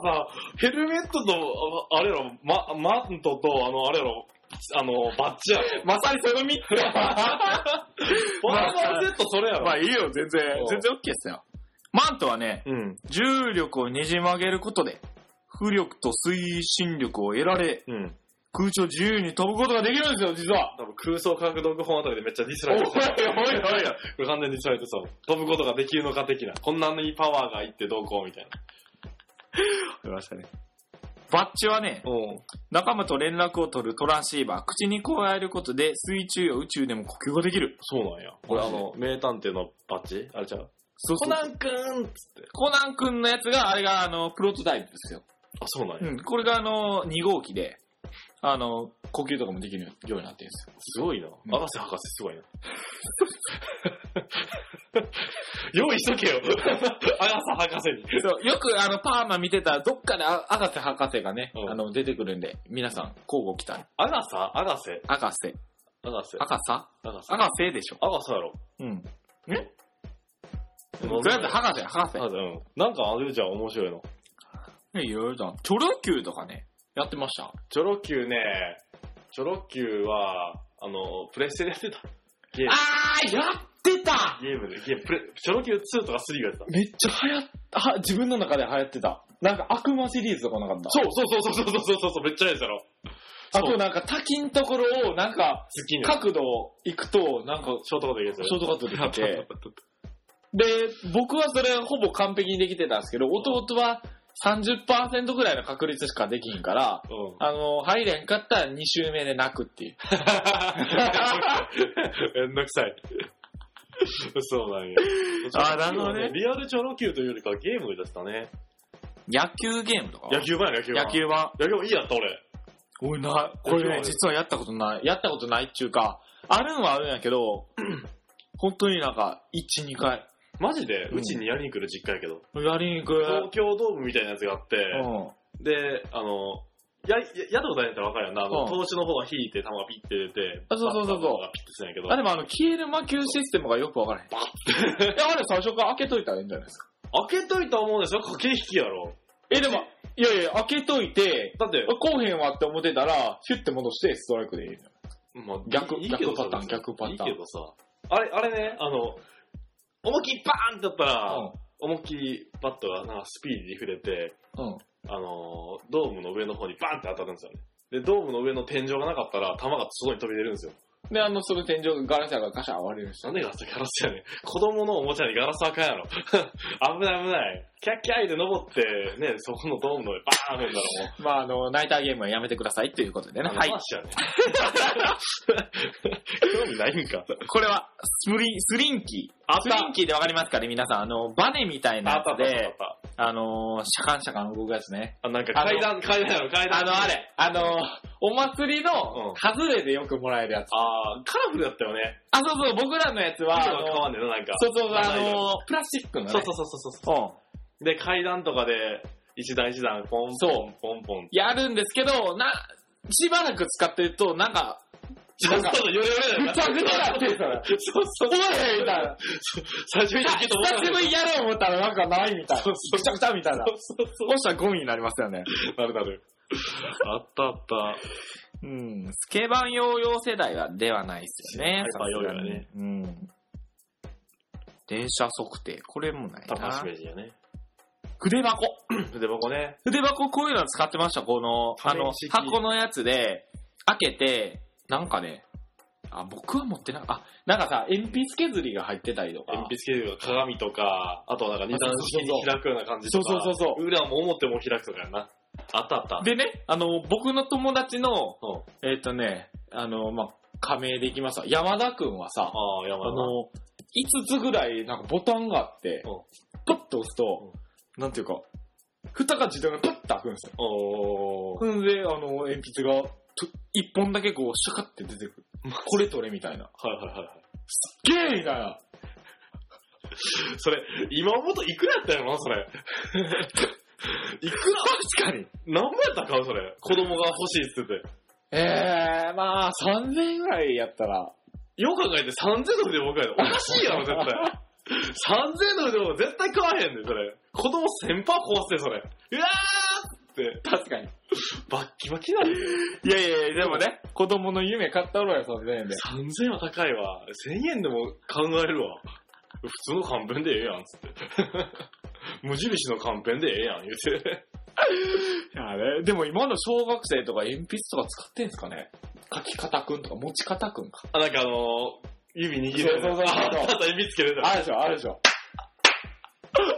S2: ヘルメットと、ああれやろ、ま、マントと、あの、あれやろ、あの、バッジやろ。
S1: まさにその3つ *laughs*
S2: バーマンセットそれやろ。
S1: まあいいよ、全然
S2: うん。
S1: 全然 OK ですよ。マントはね、
S2: うん。
S1: 重力をねじ曲げることで、浮力と推進力を得られ、
S2: うん。
S1: 空中を自由に飛ぶことができるんですよ、実は。
S2: 多分空想科学読本あたりでめっちゃディスられてた。
S1: おいおいおいおい
S2: これ完全にディスられてそう。飛ぶことができるのか的な。こんなにパワーがいってどうこうみたいな。
S1: ましたね。バッチはね、
S2: うん。
S1: 仲間と連絡を取るトランシーバー、口に加えることで水中や宇宙でも呼吸ができる。
S2: そうなんや。こ
S1: これ
S2: れあの、名探偵のバッジあれちゃう
S1: そう
S2: コ
S1: コ
S2: ナ
S1: ナ
S2: ンくーんっつって。
S1: コナン君のやつが、あれが、あの、プロトタイプですよ。
S2: あ、そうなんや。
S1: うん。これが、あの、2号機で、あの、呼吸とかもできるようになってるんですよ。
S2: すごいな。
S1: ん
S2: 博士博士すごいな。 *laughs* 用意しとけ *laughs* よ。博士博士に。
S1: そう、よく、あの、パーマ見てたら、どっかで、あ博士博士がね、
S2: うん
S1: あの、出てくるんで、皆さん、交互期待。
S2: アガサアガセ
S1: 博士。
S2: アガ
S1: 博士
S2: セアガセ
S1: 博士でしょ。
S2: アガサやろ。
S1: うん。
S2: う
S1: と
S2: ん
S1: りあえず、博士、博士。
S2: うん。なんかあるじゃん、面白いの。
S1: ね、いろいろだ。チョロ Q とかね、やってました。
S2: チョロ Q ね、チョロ Q は、あの、プレステでやってた。ゲーム。
S1: あー、やってた
S2: ゲームで、ゲーム、プレ、チョロ Q2 とか3がやってた。
S1: めっちゃ流行った、は自分の中で流行ってた。なんか悪魔シリーズとかなかった。
S2: そうそうそうそうそうそうそう、めっちゃやつやろ。
S1: あ
S2: そう
S1: となんか滝のところを、なんか、
S2: 好きな。
S1: 角度行くと、なんか、
S2: ショートカットできるやつ
S1: ショートカットできて
S2: あったあったあった
S1: で、僕はそれほぼ完璧にできてたんですけど、弟は30%ぐらいの確率しかできひんから、
S2: うん。
S1: あの、入れんかったら2周目で泣くっていう。
S2: めんどくさい。そうなんや。
S1: あなるほどね
S2: リアルチョロ Q というよりかはゲームだったね。
S1: 野球ゲームとか
S2: 野球版や、野球版。
S1: 野球は
S2: 野球版いいやった、俺。
S1: おいな、これね、実はやったことない。やったことないっていうか、あるんはあるんやけ *clears throat* ど、本当になんか、1、2回。
S2: マジで、
S1: うん
S2: うちにやりに来る実家やけど。
S1: やりに行く。
S2: 東京ドームみたいなやつがあって、
S1: うん。
S2: で、あの、や、ややったことないやったらわかるやんな。あの、
S1: うん
S2: 投手の方が引いて、球がピッて出て、
S1: あそうそうそうそう
S2: バッターの方がピッてするんやけど
S1: あ、でもあの、消える魔球システムがよくわからへん。いや、あれ最初から開けといたらいいんじゃないですか。
S2: 開けといた思うんですよ、駆け引きやろ。
S1: え、でも、いやいや、開けといて、
S2: だって、
S1: こうへんわって思ってたら、ヒュッて戻してストライクでいいんじゃない
S2: まあ、
S1: 逆
S2: いいいけどさ
S1: 逆パターン逆パターン
S2: いいけどさ、あれ、あれね、あの、思いっきりバーンってやったら、思いっきりバットがなんかスピーディーに触れて、
S1: うん。うん。
S2: あのードームの上の方にバーンって当たるんですよね。で、ドームの上の天井がなかったら、球が外に飛び出るんですよ。
S1: で、あの、その天井ガラシャがガシャン割れるし
S2: なんでガラスガラスやねん。子供のお *laughs* もちゃにガラスあかんやろ。危ない危ない。キャッキャイで登って、ね、そこのドームの上バーンってやったらもう。
S1: まあ、あの、ナイターゲームはやめてくださいということでね。はい
S2: 話。やねん。興味ないん *laughs* か。
S1: これは、スリン、スリンキー。
S2: あった
S1: スリンキーでわかりますかね皆さん、あの、バネみたいな
S2: あ
S1: や
S2: ったあ
S1: つ
S2: ったあったあっ
S1: で、
S2: た。
S1: あのー、シャカンシャカン動くやつね。
S2: あ、なんか階段、階段やろ、階段。
S1: あの、あれ、あのー、お祭り
S2: うん
S1: の、カズレでよくもらえるやつ。
S2: あーカラフルだったよね。
S1: あ、そうそう、僕らのやつ
S2: あ
S1: は、あ
S2: は変
S1: の
S2: わんねんな、なんか。
S1: そうそう、あ
S2: 七色
S1: のー、プラスチックのね。
S2: そうそうそうそうそう。
S1: うん
S2: で、階段とかで、一段一段、ポンポ
S1: そ
S2: ン、ポンポン。
S1: やるんですけど、な、しばらく使ってると、なんか、なんか、
S2: そう、よれよれ
S1: ぐちゃぐちゃなってるから。
S2: そうそう。
S1: おいみたいな。
S2: 最初に
S1: 久
S2: と思った
S1: しぶりやろう思ったらなんかないみたいな。
S2: そうそう
S1: ぐちゃぐちゃみたいな。
S2: そうそ
S1: そしたらゴミになりますよね。
S2: う。なるなる。あったあった。
S1: うん。スケバン用用世代はではないですよね。
S2: ハイパーヨーヨーだね
S1: さすがに。うん。電車測定。これもない
S2: タパ
S1: な
S2: シ。メジやね。
S1: 筆箱。
S2: 筆箱ね。
S1: 筆箱こういうの使ってました。この、あの
S2: 壁式、
S1: 箱のやつで、開けて、なんかね、あ、僕は持ってなあ、なんかさ、鉛筆削りが入ってたりとか。
S2: 鉛筆削りが鏡とか、あとはなんか二段式に開くような感じとか。。
S1: そうそうそうそう
S2: 裏も表も開くとかやな。あったあった。
S1: でね、あの、僕の友達の、
S2: うん
S1: えっ、とね、あの、まあ、加盟できますわ山田くんはさ、
S2: ああ、
S1: あ
S2: 山田。
S1: の、5つぐらいなんかボタンがあって
S2: うん、
S1: パッと押すと、なんていうか、蓋が自動にパッと開くんですよ。
S2: おー
S1: ほんで、あの、鉛筆が、と一本だけこう、シャカって出てくる。これ取れみたいな。
S2: はいはいはいはい。
S1: すっげえみたいな。
S2: それ、今思うといくらやったやろな、
S1: *laughs*
S2: それ。いくら
S1: 確かに。
S2: 何ぼやったかそれ。子供が欲しいっつってて。
S1: ええー、まあ、3000円ぐらいやったら。
S2: よく考えて3000ドルで僕やで。おかしいやろ、絶対。3000ドルでも絶対買わへんで、それ。子供1000%パー壊すで、それ。うわーって、
S1: 確かに。
S2: バッキバキなるよ。
S1: いやいやいや、でもね、子供の夢買ったろや、3000円で。
S2: 3000円は高いわ。1000円でも考えるわ。普通の勘弁でええやん、つって。無印の勘弁でええやん、言うて。
S1: あれでも今の小学生とか鉛筆とか使ってんすかね書き方くんとか持ち方くんか。
S2: あ、なんかあのー、指握るやつ。
S1: そうそうそうそう
S2: *laughs* ああった、指つけるやつ。
S1: あるでしょ、あるでしょ。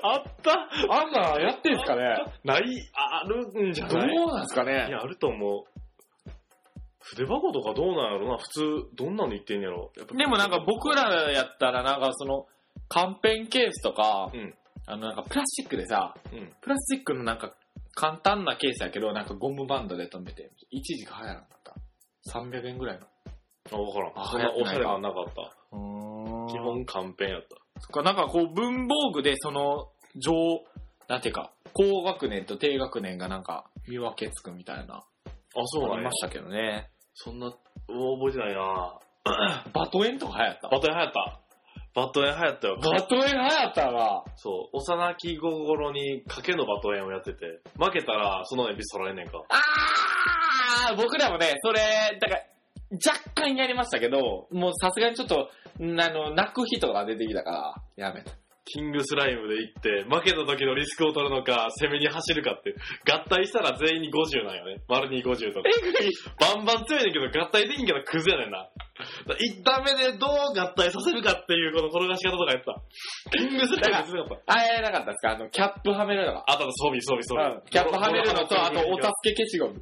S2: あった
S1: あんなんやってんすかね
S2: *laughs* ない、ああるんじゃ
S1: どう
S2: ない
S1: なんすか
S2: い
S1: ね
S2: や、あると思う。筆箱とかどうなんやろな普通、どんなの言ってんやろやっぱ
S1: でもなんか僕らやったらなんかその、カンペンケースとか、
S2: うん
S1: あのなんかプラスチックでさ、
S2: うん。
S1: プラスチックのなんか簡単なケースやけど、なんかゴムバンドで留めて、一時が流行らなかった。300円ぐらいの。
S2: あ、わからん。
S1: あ
S2: そんなおしゃれ
S1: 流行
S2: な
S1: って
S2: なかった。基本、完璧やった。
S1: そっか、なんかこう文房具でその、上、なんていうか、高学年と低学年がなんか見分けつくみたいな、
S2: あ、そう
S1: あ
S2: な
S1: り
S2: んや
S1: まし。たけどね。
S2: そんな、お覚えてないな
S1: バトエンとか流行った
S2: バトエン流行った。バトエン流行ったよ。
S1: バトエン流行ったな。
S2: そう、幼き頃に賭けのバトエンをやってて、負けたらそのエビ取られんねんか。
S1: あー僕らもね、それ、だから、若干やりましたけど、もうさすがにちょっと、んあの、泣く人が出てきたから、やめた。
S2: キングスライムで行って、負けた時のリスクを取るのか、攻めに走るかって、合体したら全員に50なんよね。丸に50とか。バンバン強いねんけど、合体できんけどクズやねんな。だ一旦目でどう合体させるかっていうこの転がし方とかやってた。キングスライムすごかった。
S1: あれなかったですかあの、キャップはめるのが。
S2: あと装備装備装備。
S1: キャップはめるのと、あと、お助け消しゴム。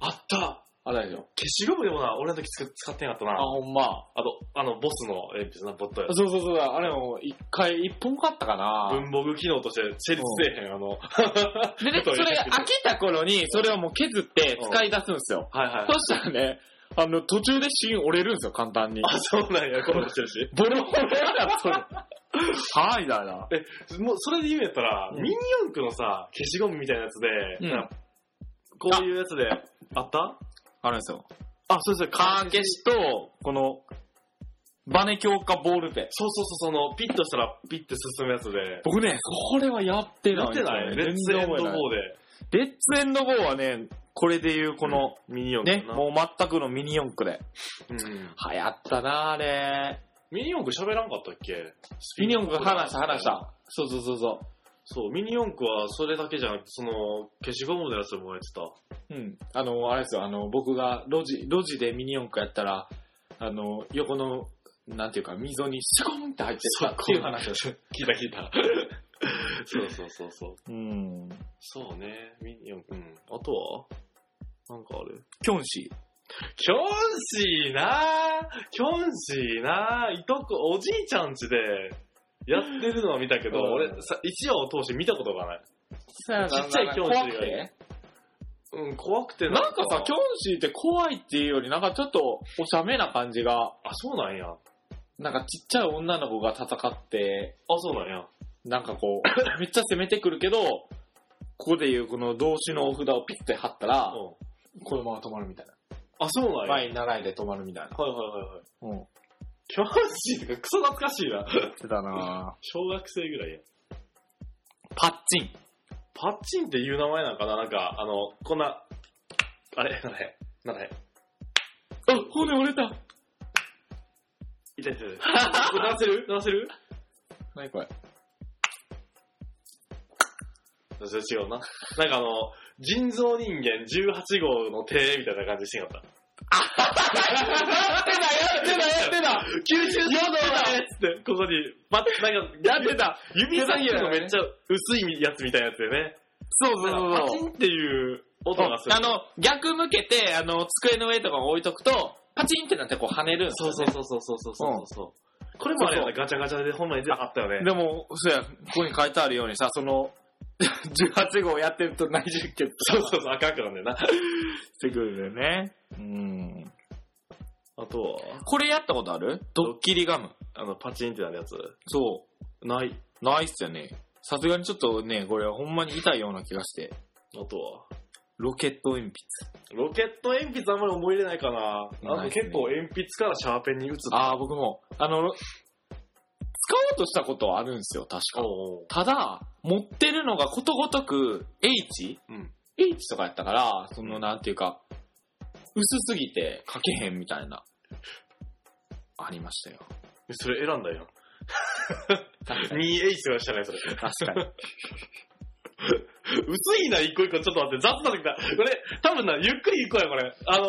S2: あった
S1: あれでしょ。
S2: 消しゴムでもな、俺の時使使ってなかったな。
S1: あ、ほんま。
S2: あと、あの、ボスの鉛筆な、ボットや。
S1: そうそうそう、あれも一回、一本買ったかな。
S2: 文房具機能として成立せえへん、あの。はい
S1: でね、それ飽きた頃に、それをもう削って使い出すんですよ。
S2: はい
S1: そ。したらね、あの、途中で芯折れるんですよ、簡単に。
S2: *laughs* あ、そうなんや、このしてるし。
S1: ボロボロだ *laughs* った、それ。はい、だな。
S2: もう、それで言うんやったら、
S1: うん
S2: ミニ四駆のさ、消しゴムみたいなやつで、
S1: うん
S2: なんかこういうやつで、あった
S1: あるんですよ。
S2: あ、そうそう、
S1: カー消しと、この、バネ強化ボールペン。
S2: そうそうそう、その、ピッとしたらピッて進むやつで、
S1: 僕ね、これはやって
S2: や
S1: ないん
S2: っ
S1: です
S2: て
S1: よ
S2: な
S1: ね。
S2: いレッツエンド
S1: 全然覚えない
S2: 4で、
S1: レッツエンドゴーはね、これでいうこの、
S2: ミニ四
S1: ね
S2: 駆、な。
S1: もう全くのミニ四駆で。
S2: うん
S1: 流行ったな、あれ。
S2: ミニ四駆喋らんかったっけ
S1: ミニ四駆話した話し。た。そうそうそうそ
S2: そう、ミニ四駆はそれだけじゃなくて、その、消しゴムのやつもやってた。
S1: う。うん。あの、あれですよ、あの、僕が路地、路地でミニ四駆やったら、あの、横の、なんていうか、溝にシャコンって入ってたっていう話をし
S2: 聞いた聞いた。 *laughs* そうそうそうそ
S1: う
S2: う。
S1: ん。
S2: そうね。ミニオン。うん。あとはなんかある
S1: キョンシー。
S2: キョンシーなぁキョンシーなぁいとこ、おじいちゃんちでやってるのは見たけど、
S1: うん
S2: 俺さ、一話を通して見たことがない。
S1: さ
S2: ちっちゃいキョンシーが
S1: 怖くて
S2: うん、怖くて
S1: なんかさ、キョンシーって怖いっていうより、なんかちょっとおしゃめな感じが、
S2: あ、そうなんや。あ、
S1: なんかちっちゃい女の子が戦って、
S2: そうなんや。
S1: なんかこ *laughs* う、めっちゃ攻めてくるけど、ここでいうこの動詞のお札をピッて貼ったら、
S2: うん。
S1: このまま止まるみたいな。
S2: あ、そうなんや。はい
S1: 前に習いで止まるみたいな。
S2: はいはいは
S1: う
S2: い。
S1: ん。や
S2: キョンシーとかクソ懐かしいな。 *laughs*
S1: ってたな
S2: 小学生ぐらいや。
S1: パッチン。
S2: パッチンっていう名前なんかななんか、あの、こんな、あれなんだね。なんだね。
S1: あ、骨折れた。
S2: 痛い痛い痛い。 *laughs* これ鳴らせる鳴らせる
S1: 何これ。
S2: それ違うな。 *laughs* なんかあの、人造人間18号の手みたいな感じしてんかった。
S1: やってた、やってた、やって
S2: 九州
S1: やだ
S2: だつって、 *laughs* ここに、ま、なんか、
S1: やってた
S2: 指先のめっちゃ薄いやつみたいなやつでね。
S1: た。そうそう
S2: なんかパチンっていう音がする。
S1: あの、逆向けて、あの、机の上とかに置いとくと、パチンってなってこう跳ねるんです
S2: そ
S1: よ
S2: う
S1: ね
S2: そうそうそうそうそうそうそう。これもあれやな、ガチャガチャでほんまに全部あったよね。
S1: でも、そうや、ここに書いてあるようにさ、その、18号やってると内出血
S2: そうそうそう、赤くなんだよな。
S1: してくるんだよね。うん。
S2: あとは、
S1: これやったことあるドッキリガム。
S2: あの、パチンってなるやつ。
S1: そ
S2: ない。
S1: う。ないっすよね。さすがにちょっとね、これほんまに痛いような気がして。
S2: あとは、
S1: ロケット鉛筆。
S2: ロケット鉛筆あんまり思い入れないかな。あ
S1: ないっ
S2: と
S1: すね
S2: 結構鉛筆からシャーペンに打つ。
S1: ああ、僕も、あの、使おうとしたことはあるんですよ、確か。
S2: おうおう
S1: ただ、持ってるのがことごとく H?、
S2: うん
S1: H とかやったから、そのなんていうか、薄すぎて書けへんみたいな、ありましたよ。
S2: それ選んだ *laughs* よ。
S1: 確
S2: 2H とかしたね、それ。
S1: かに。
S2: 薄いな、一個一個、ちょっと待って、雑になってきた。これ、多分な、ゆっくり行こうや、これ。あの、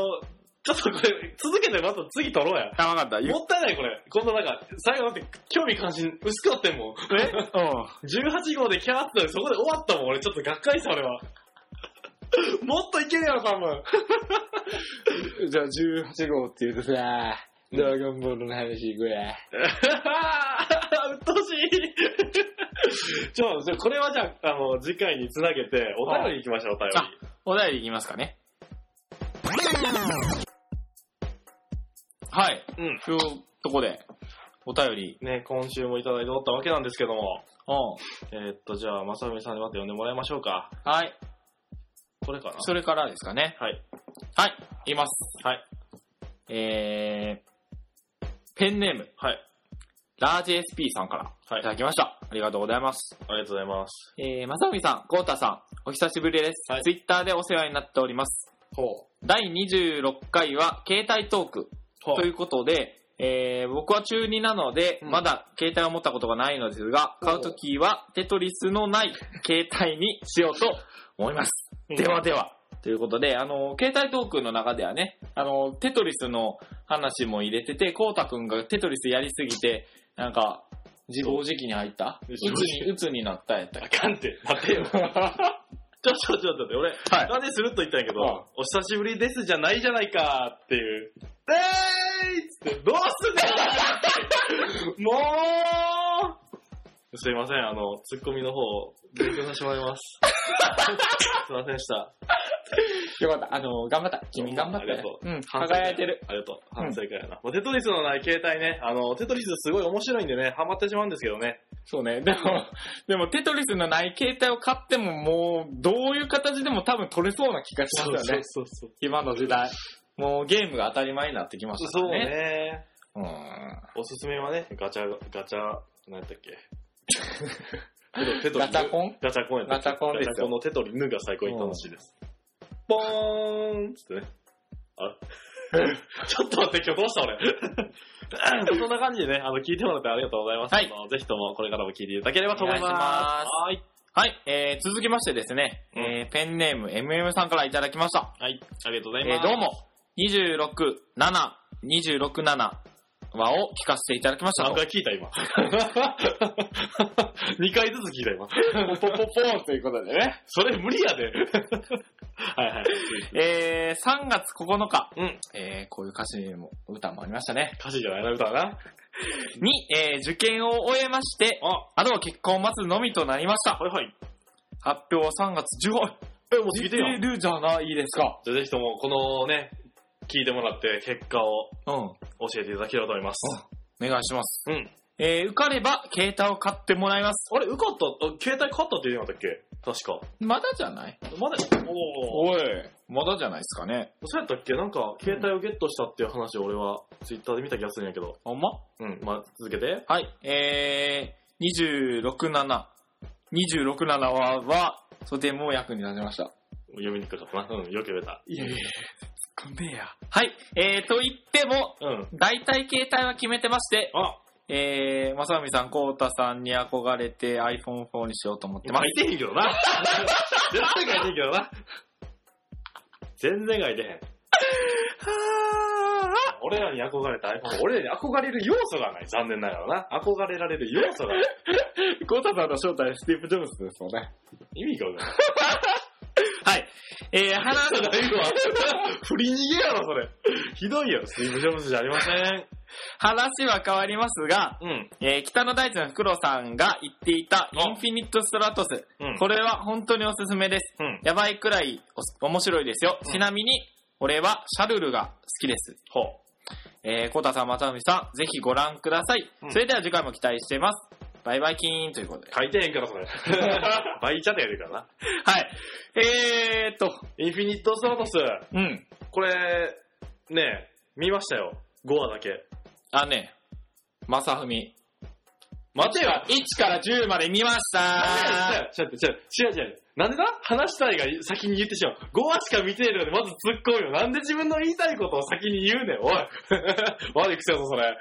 S2: ちょっとこれ、続けてまた次取ろうや。
S1: *laughs* あ、わかった。
S2: もったいない、これ。今度なんか、最後だって、興味関心薄くなってんもん。 *laughs*
S1: え
S2: 18号でキャーってそこで終わったもん、俺。ちょっとがっかりした、俺は。 *laughs* もっといけるやろ、多 *laughs* 分。
S1: うん。じゃあ18号って言うとさ、ドラゴンボールの話いくや。
S2: うっとうしい。 *laughs* ちょ、じゃあこれはじゃあ、あの、次回につなげて、お便り行きましょう、お便り。
S1: あお題いきますかね。はい。
S2: うん。
S1: 今日、とこで、お便り。
S2: ね、今週もいただいておったわけなんですけども。
S1: うん。
S2: えーっと、じゃあ、まさみさんにまた呼んでもらいましょうか。
S1: はい。
S2: これかな
S1: それからですかね。
S2: はい。
S1: はい、言います。
S2: はい。
S1: えー、ペンネーム、
S2: はい。
S1: ラージ SP さんから
S2: はい
S1: いただきました。ありがとうございます。
S2: ありがとうございます。
S1: えー、まさみさん、こうたさん、お久しぶりです。
S2: はい
S1: ツイッターでお世話になっております。
S2: ほう。
S1: 第26回は、携帯トーク
S2: ほ *laughs*
S1: ということで、えー、僕は中2なので、
S2: うん
S1: まだ携帯を持ったことがないのですが、買うときは、テトリスのない携帯にしようと思います。ではでは。ということで、あの、携帯トークの中ではね、あの、テトリスの話も入れてて、こうたくんがテトリスやりすぎて、なんか、自暴自棄に入った
S2: そう
S1: うつに、うつになったやったっ
S2: あかんって、待てよ。
S1: け *laughs* は
S2: ちょ、ちょ、ちょ、ちょ、って、俺、なんでするっと言ったんやけど、
S1: うん
S2: お久しぶりですじゃないじゃないかっていう。えーいっつって、どうすんだよ *laughs* もうすいません、あの、ツッコミの方、勉強させてもらい *laughs* ます。すいませんでした。
S1: い。よかった。あの、頑張った。君頑張った
S2: ありがと
S1: よ。うん、輝いてる。。
S2: ありがとう。反省会やな。まあテトリスのない携帯ね、あの、テトリスすごい面白いんでね、ハマってしまうんですけどね。
S1: そうね。でも、 *laughs* でも、テトリスのない携帯を買っても、もう、どういう形でも多分取れそうな気がしますよね。
S2: そうそう。
S1: 今の時代。もう、ゲームが当たり前になってきました
S2: そう
S1: からね。
S2: ね。
S1: そうね。
S2: おすすめはね、ガチャ、ガチャ、何やったっ *laughs* け。
S1: うん。
S2: テトテトリ
S1: ガチャコン
S2: ガチャコンやった
S1: ガ
S2: っけ
S1: チャコンですよ
S2: ガチャコンのテトリヌが最高に楽しいです。ポーンっつってね。あれ *laughs* ちょっと待って、今日どうした *laughs* 俺。そんな感じでね、あの、聞いてもらってありがとうございます。
S1: はい
S2: あのぜひともこれからも聞いていただければと思います。
S1: お願いします
S2: はい。
S1: はい、えー、続きましてですね、
S2: うん
S1: えー、ペンネーム MM さんからいただきました。
S2: はい、ありがとうござ
S1: え
S2: いま
S1: ー、
S2: す。
S1: どうも、26、7、26、7話を聞かせていただきました
S2: 3
S1: と。
S2: 回聞いた今。2回ずつ聞いた今。
S1: ポポポーンということでね。
S2: それ無理やで。 *laughs* はいはい。
S1: *laughs* えー、3月9日、
S2: うん。
S1: えー、こういう歌詞も、歌もありましたね。
S2: 歌詞じゃないな、歌はな。
S1: に、えー、受験を終えまして、
S2: あ、
S1: あとは結婚を待つのみとなりました。
S2: はいはい。
S1: 発表は3月15日。
S2: え、もう過
S1: 出
S2: ぎ
S1: て
S2: てよ。
S1: るじゃないですか。
S2: じゃあぜひとも、このね、聞いてもらって、結果を
S1: うん。
S2: 教えていただければと思います。
S1: お願いします。
S2: うん。
S1: えー受かれば、携帯を買ってもらいます。
S2: あれ、受かった、あ携帯買ったって言ってなかったっけ確
S1: まだじゃない
S2: か。まだ、おお。
S1: おい、まだじゃないですかね。
S2: そうやったっけなんか、携帯をゲットしたっていう話を俺は、ツイッターで見た気がするんやけど。
S1: ほんま
S2: うん、まあ、続けて。
S1: はい、えー、26、7。26、7は、は、とても役に立ちました。
S2: 読みにくかったな。うん、よく言えた。
S1: いやいや突っ込んでや。はい、えー、と言っても、
S2: うん。
S1: 大体携帯は決めてまして、
S2: あ、
S1: えー、まさみさん、こうたさんに憧れて iPhone4 にしようと思ってま
S2: 書いてへんけどな。絶対書いてへんけどな。全然書いてへん。
S1: す。はー
S2: 俺らに憧れた iPhone。俺らに憧れる要素がない。残念ながらな。憧れられる要素がない。
S1: コウタさんの正体はスティーブ・ジョブズですもんね。
S2: 意味がわかんない。
S1: はい。えー、話す
S2: だいぶわ。振り逃げやろ、それ。ひどいよ。スイーブ・ジョブズじゃありません。
S1: *laughs* 話は変わりますが、
S2: うん。
S1: えー、北の大地のフクロウさんが言っていたインフィニット・ストラトス。
S2: うん。
S1: これは本当におすすめです。
S2: うん。
S1: やばいくらいおす面白いですよ。
S2: うん
S1: ちなみに、俺はシャルルが好きです。
S2: ほう。
S1: えー、コウタさん、まさみさん、ぜひご覧ください。
S2: うん
S1: それでは次回も期待しています。バイバイキーンということで。
S2: 書いてへんから、それ。バイチャでやるからな。
S1: はい。えーっと、
S2: インフィニット・ストラトス。
S1: うん。
S2: これ、ねえ、見ましたよ。5話だけ。
S1: あのね、まさふみ。
S2: 待てよ
S1: 1から10まで見ました
S2: 違う違う違う違う違う。なんでだ話したいが先に言ってしまう。5話しか見てないのでまず突っ込むよ。なんで自分の言いたいことを先に言うねん、おい。 *laughs* 悪い癖やぞ、それ。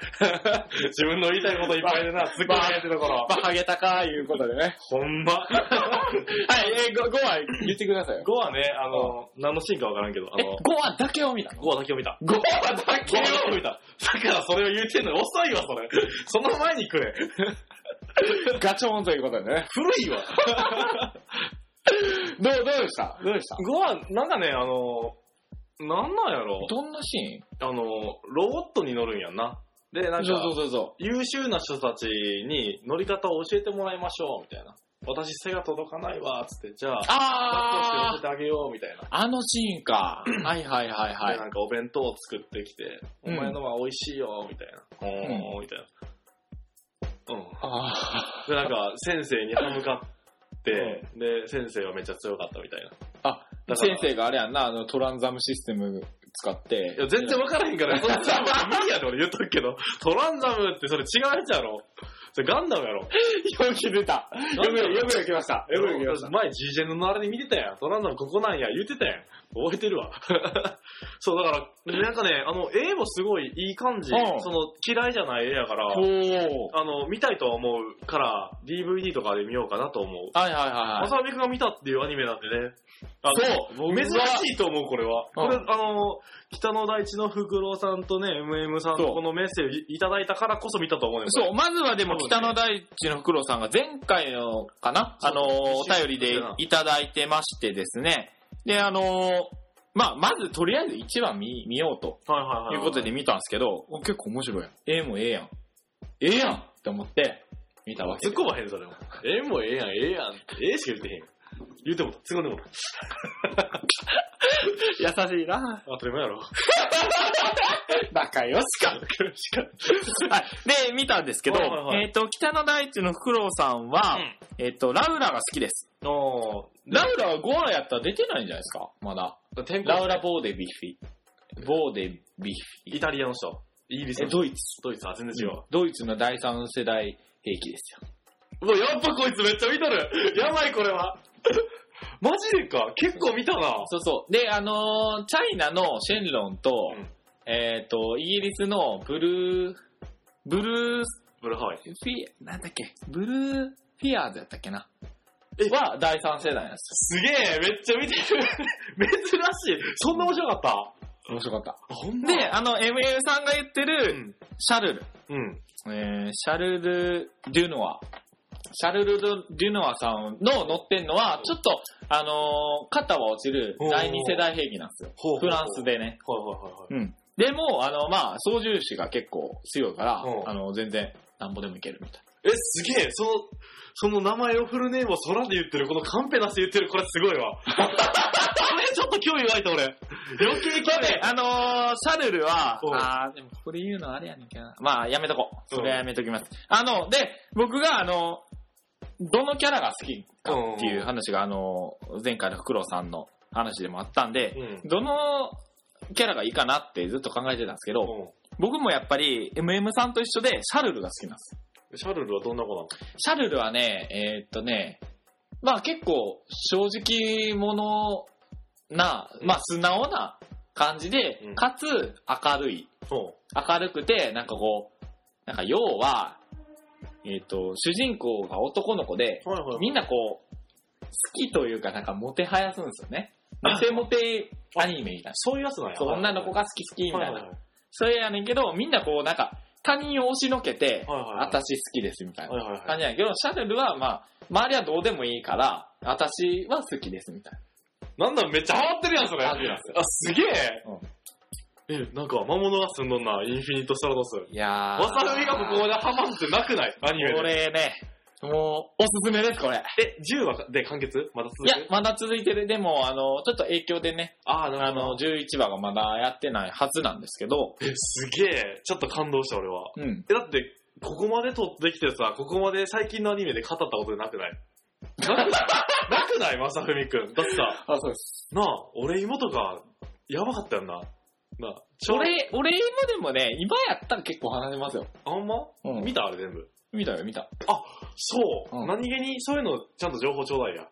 S2: 自分の言いたいこといっぱいでな、突っ込みやってるところ。
S1: *laughs* バハゲタかいうことでね。
S2: *laughs* ほんま。
S1: はい、えー、5話言ってくださいよ。
S2: 5話ね、あの、何のシーンかわからんけど、あ
S1: え、5
S2: の、
S1: 話だけを見たの
S2: 5話だけを見た。
S1: ?5 話だ
S2: 5話を見た。だからそれを言ってんの遅いわ、それ。その前にくれ。
S1: *laughs* ガチョンということでね。
S2: 古いわ。
S1: どう、どうでしたどうでした
S2: 5話、なんかね、あの、なんなんやろ。
S1: どんなシ
S2: あの、ロボットに乗るんやんな。で、な
S1: ー
S2: ん
S1: ン
S2: か、
S1: そうそ
S2: 優秀な人たちに乗り方を教えてもらいましょう、みたいな。私背が届かないわ、つって、じゃあ、バット
S1: あー
S2: して寄せてあげよう、みたいな。
S1: あのシーン *clears throat* か。はいはいはいは
S2: で、
S1: い
S2: な。んかお弁当を作ってきて、
S1: うん
S2: お前のは美味しいよ、みたいな。おー、みたいな。うん。
S1: あ
S2: で、なんか、先生に歯向かって、で、先生はめっちゃ強かったみたいな。
S1: あ
S2: だから
S1: 先生があれやんな、あのトランザムシステム使って。
S2: いや、全然わからへんから、そんな無理やで俺言っとくけど、トランザムってそれ違うやつやろ。それガンダムやろ。
S1: よく出た。よく、よく来ました。よく来ました。
S2: 前 G ジェンのあれで見てたやん。トランザムここなんや、言ってたやん。覚えてるわ。 *laughs* そう、だから、なんかね、あの、絵もすごいいい感じ。
S1: うん
S2: その、嫌いじゃない絵やから、
S1: おー。
S2: あの、見たいとは思うから、DVD とかで見ようかなと思う。
S1: はいはい
S2: ま
S1: はい。
S2: さみくんが見たっていうアニメなんでね。あ
S1: そう
S2: 珍しいと思う、これは。これ
S1: う、
S2: あの、北の大地のフクロウさんとね、MM さん
S1: そう
S2: のこのメッセージいただいたからこそ見たと思うねん
S1: そう、まずはでも北の大地のフクロウさんが前回のかな
S2: そう
S1: あのー、お便りでいただいてましてですね。で、あのー、まあ、まずとりあえず1話見、見ようと
S2: はいはいはい。
S1: いうことで見たんですけど、お結構面白いやん。ええもええやん。ええやんって思って見たわけ
S2: 突っ
S1: で。
S2: 込まへん、それも。ええもんええやん、ええやん。ええしか言ってへんよ。言うてもた、突っ込んでもた。
S1: 優しいな
S2: 当たり前やろ。
S1: 仲良しか。はい。で、見たんですけど、
S2: はいはいはい
S1: えっ、と、北の大地のフクロウさんは、えっ、と、ラウラが好きです。
S2: うん。お
S1: ラウラは5話やったら出てないんじゃないですかまだ。
S2: ー、天
S1: ラウ
S2: 候、
S1: ラ・ボーデ・ビッフィ。ボーデ・ビッフ
S2: イタリアの人。イギリ
S1: ィ。
S2: ス
S1: え、
S2: の人。
S1: ドイツ。
S2: ドイツ、あ、全然違う。
S1: ドイツの第三世代兵器ですよ。
S2: うわ、やっぱこいつめっちゃ見とる。やばい、これは。 *laughs* マジでか結構見たな。
S1: そうそう。で、あのーチャイナのシェンロンと、
S2: うん
S1: えっ、と、イギリスのブルー、ブルー
S2: ブルーハワイ。
S1: フィ、なんだっけ、ブルーフィアーズやったっけな。
S2: え
S1: は第三世代なんです
S2: すげえ、めっちゃ見てる。珍しい。そんな面白かった
S1: よ。面白かっ
S2: あ、ほん
S1: た。
S2: ま
S1: で、あの、MM さんが言って
S2: う
S1: る、
S2: ん。
S1: シャルル。
S2: うん。
S1: えーシャルル・デュノア。シャルル・デュノアさんの乗ってんのは、ちょっと、あのー肩は落ちる第二世代兵器なんですよ。
S2: ほう
S1: フランス。でね。
S2: はいはいはいはい。
S1: うん。でも、あの、まあ、操縦士が結構強いから
S2: う、ん
S1: あの、全然、なんぼでもいけるみたい
S2: え、すげえ、その、その名前をフルネームを空で言ってる、このカンペナス言ってる、これすごい *laughs* わ。これちょっと興味湧いた、俺。余計興
S1: だっ
S2: 味
S1: て、あのーシャルルは、
S2: うん
S1: あーでもここで言うのあれやねんけどな。まあ、やめとこう。
S2: うん
S1: それはやめときます。あの、で、僕が、あの、どのキャラが好きかっていう話が、あの、前回のフクロウさんの話でもあったんで、
S2: うん。
S1: どのキャラがいいかなってずっと考えてたんですけど、僕もやっぱり MM さんと一緒でシャルルが好きなんです。
S2: うんシャルルはどんな子なの
S1: シャルルはね、えーっとね、まあ結構正直者な、まあ素直な感じで
S2: うん、
S1: かつ明るい。
S2: ほ
S1: 明るくて、なんかこう、なんか要は、えーっと、主人公が男の子で、
S2: う。はいはい。
S1: みんなこう、好きというかなんかモテはやすんですよね。モテモテアニメみたいな。
S2: そういうやつなんや。
S1: そう女の子が
S2: が、
S1: 好き好きみたい
S2: は
S1: な
S2: いはい。はい。
S1: それやねんけど、みんなこう、なんか、他人を押しのけて、
S2: はいはいはい
S1: 私好きですみたい
S2: は
S1: ない
S2: はいは
S1: 感
S2: い。
S1: じやねんけど、シャルルはまあ、周りはどうでもいいから、私は好きですみたい
S2: なんだ、めっちゃハマってるやん、それ。
S1: ハ
S2: あ
S1: マってます、
S2: すげえ
S1: うん。
S2: え、なんか、魔物が住んどんな、インフィニットストラドス。
S1: な。いやー。
S2: わさびがここまでハマってなくないアニメ
S1: こ
S2: で。
S1: れね、もう、おすすめです、これ。
S2: え、10話で完結まだ続
S1: い
S2: く
S1: や、まだ続いてる。でも、あの、ちょっと影響でね、
S2: あー、な
S1: あ
S2: るほど
S1: の、。11話がまだやってないはずなんですけど、
S2: え、すげえ。ちょっと感動した、俺は。
S1: うん。
S2: え、だって、ここまで撮ってきてさ、ここまで最近のアニメで語ったことなくない *laughs* なくないなくないまさふみくん。だってさ、
S1: あ、そうです。
S2: なあ、俺芋とか、やばかったよな。なあ、ちょ
S1: 俺、俺今でもね、今やったら結構話せますよ。
S2: あんま、
S1: うん
S2: 見たあれ全部。
S1: 見たよ、見た。
S2: そう、
S1: うん
S2: 何気にそういうのちゃんと情報ちょうだいや。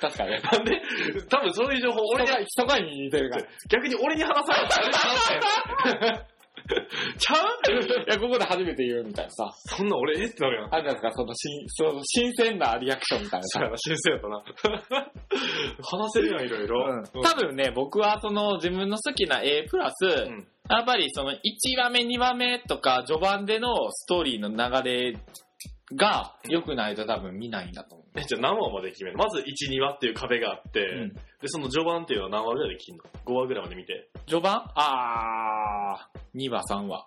S1: 確かにね。
S2: なんで、 *laughs* 多分そういう情報
S1: 俺
S2: 俺に
S1: が、、ひそかに似てるから。
S2: 逆に俺に話されたらあれなんだよちゃう
S1: いや、ここで初めて言うみたいなさ。
S2: そんな俺、えってなるやん。
S1: あれなんですか、その新、その新鮮なリアクションみたいな
S2: そうや
S1: さ。
S2: な、新鮮やったな。 *laughs* 話せるやん、いろいろ。うん
S1: 多分ね、僕はその自分の好きな A プラス、
S2: うん
S1: やっぱりその1話目、2話目とか序盤でのストーリーの流れが良くないと多分見ないんだと思う。
S2: え、じゃあ何話まで決めるまず1、2話っていう壁があって、
S1: うん
S2: で、その序盤っていうのは何話ぐらいで切んの ?5 話ぐらいまで見て。
S1: 序盤あー、2話、3話。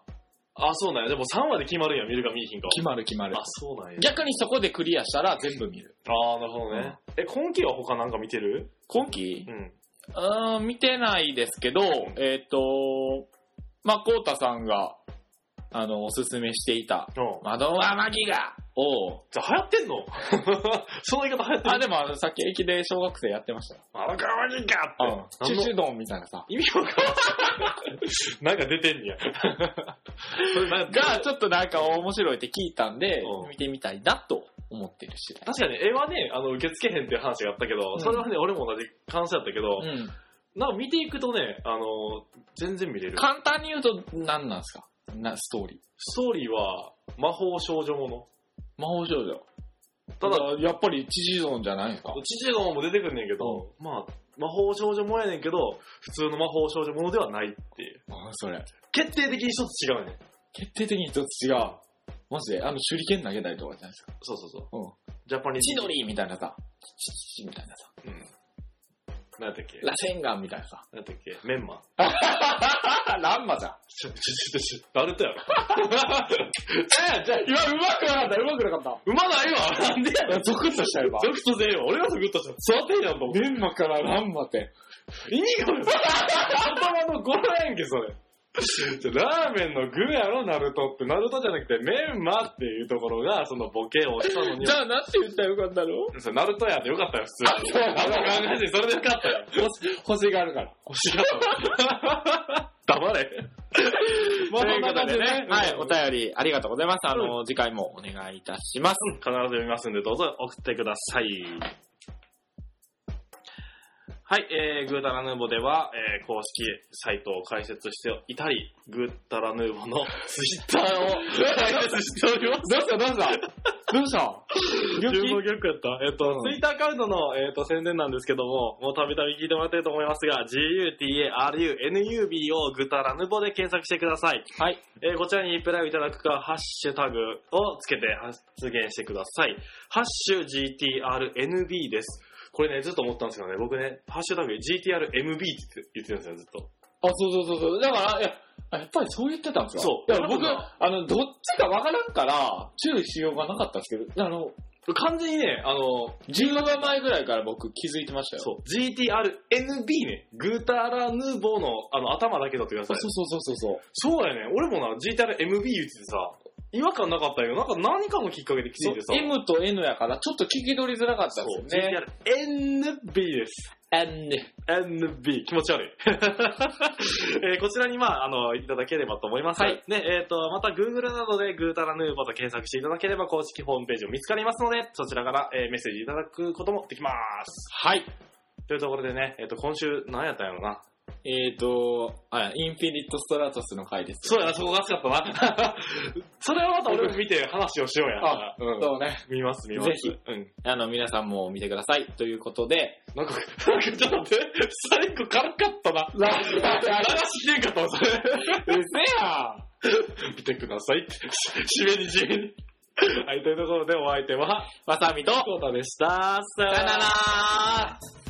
S2: あ、そうなんや。でも3話で決まるんや、見るか見えひんかは。
S1: 決まる決まる
S2: あ、。そうなんや。
S1: 逆にそこでクリアしたら全部見る。
S2: あー、なるほどね。え、今期は他なんか見てる
S1: 今期
S2: うん。
S1: うーん、見てないですけど、えっ、と、まあ、こうたさんが、あの、おすすめしていた、
S2: うん
S1: 窓はマギガを、
S2: じゃあ流行ってんの *laughs* その言い方流行ってる
S1: あ、でもあの、さっき駅で小学生やってましたよ。
S2: あの川にかって。
S1: チュ
S2: 何
S1: チ
S2: の
S1: ュドンみたいなさ。
S2: 意味わかん *laughs* ない。なんか出てんねや。それなんか
S1: が、ちょっとなんか面白いって聞いたんで
S2: う、ん
S1: 見てみたいなと思ってる次
S2: 確かに絵はね、あの、受け付けへんっていう話があったけど、
S1: うん
S2: それはね、俺も同じ感想やったけど、
S1: 第。うん。
S2: なんか見ていくとね、あの、全然見れる。
S1: 簡単に言うと、何なんですかな、ストーリー。
S2: ストーリーは魔法少女もの。
S1: 魔法少女。
S2: ただ、、
S1: やっぱりチュチュドンじゃないですか。
S2: 父のも出てくんねんけど、まあ、魔法少女もやねんけど、普通の魔法少女ものではないっていう。
S1: あそれ。
S2: 決定的に一つ違うねん。
S1: 決定的に一つ違う。マジで、あの、手裏剣投げたりとかじゃないですか。
S2: そうそうそう。
S1: うん。
S2: ジャパニーズ。
S1: チドリーみたいなさ、チチチみたいなさ、
S2: うん。なんやったっけ
S1: ラセンガンみたいなさ。
S2: なんやったっけメンマ。
S1: ランマ *laughs* じゃん。
S2: ちょ、ちょ、ちょ、ちょ、ナルトやろ。
S1: え、じゃあ、今うまくなかった、うまくなかっ
S2: うまないわなんでやろ
S1: た。ゾクッとした今
S2: ゾクッとせえよ。俺がゾクッとした。育てんやんと思う。
S1: メンマからランマって。
S2: 意味がある。頭の語呂やんけ、それ。じゃラーメンの具やろ、ナルトって。ナルトじゃなくて、メンマっていうところが、そのボケをしたのに
S1: *laughs* じ。ゃあ、なんて言ったらよかったの
S2: それナルトやってよかったよ、普通に。
S1: あ
S2: あ
S1: そ
S2: ん
S1: う
S2: ま考えて、それでよかったよ。
S1: 星があるから。
S2: 欲しかったわ。黙れ。まあ、
S1: とい
S2: そん
S1: うこ
S2: な
S1: と
S2: 感じ
S1: で
S2: で
S1: ね
S2: ね。、
S1: はい、お便りありがとうございます。あの、次回もお願いいたします。
S2: うん必ず読みますんで、どうぞ送ってください。はい、えー、グータラヌーボでは、えー公式サイトを開設していたり、グータラヌーボのツイッターを開設しております。
S1: どうしたどうしたどうした
S2: 注目曲やった。えっ、と、
S1: うん
S2: ツイッターアカウントの、えっと宣伝なんですけども、もうたびたび聞いてもらってると思いますが、GUTARUNUB をグータラヌーボで検索してください。
S1: はい。
S2: えーこちらにリプライをいただくか、ハッシュタグをつけて発言してください。ハッシュ GTRNB です。これね、ずっと思ったんですけどね、僕ね、ハッシュタグ GTRMB って言ってるんですよ、ずっと。
S1: あ、そうそうそうそう。だから、いや、あやっぱりそう言ってたんですか
S2: そう
S1: いや、僕、
S2: なん
S1: あ
S2: か
S1: の、どっちかわからんから、注意しようがなかったんですけど、あの、
S2: 完全にね、あの、
S1: 10話前ぐらいから僕気づいてましたよ。
S2: そう、GTRNB ね、グータラヌーボーのあの頭だけだってくださ
S1: そ。
S2: いう
S1: そうそうそうそう。
S2: そうやね。俺もな、GTRMB 言っててさ、違和感なかったよ。なんか何かのきっかけで気づいてさ。
S1: そう M と N やから、ちょっと聞き取りづらかったん
S2: そう
S1: ですよね。
S2: GTRNB です。
S1: N。
S2: NB、気持ち悪い。 *laughs* えーこちらに、まあ、あの、いただければと思います。
S1: はい
S2: ね、えっ、と、また Google などでグータラヌーボーと検索していただければ公式ホームページも見つかりますので、そちらから、えーメッセージいただくこともできます。
S1: はい。
S2: というところでね、えっ、と、今週何やったんやろな。
S1: えーと、あ、インフィニットストラトスの回です。
S2: そうやな、そこが熱かったな。 *laughs* それはまた俺も見て話をしようや。
S1: あ、
S2: うん
S1: そうね。
S2: 見ます、見ます。
S1: ぜひ
S2: うん。
S1: あの、皆さんも見てください。ということで、
S2: なんか、なんかちょっと待って、最後軽かったな。
S1: ラ
S2: 流しねえかと思 *laughs* って。
S1: うせや
S2: 見てくださいって、し締めに締めに。はい、というところでお相手は、
S1: わさびと、
S2: コータでした。さ
S1: さよなら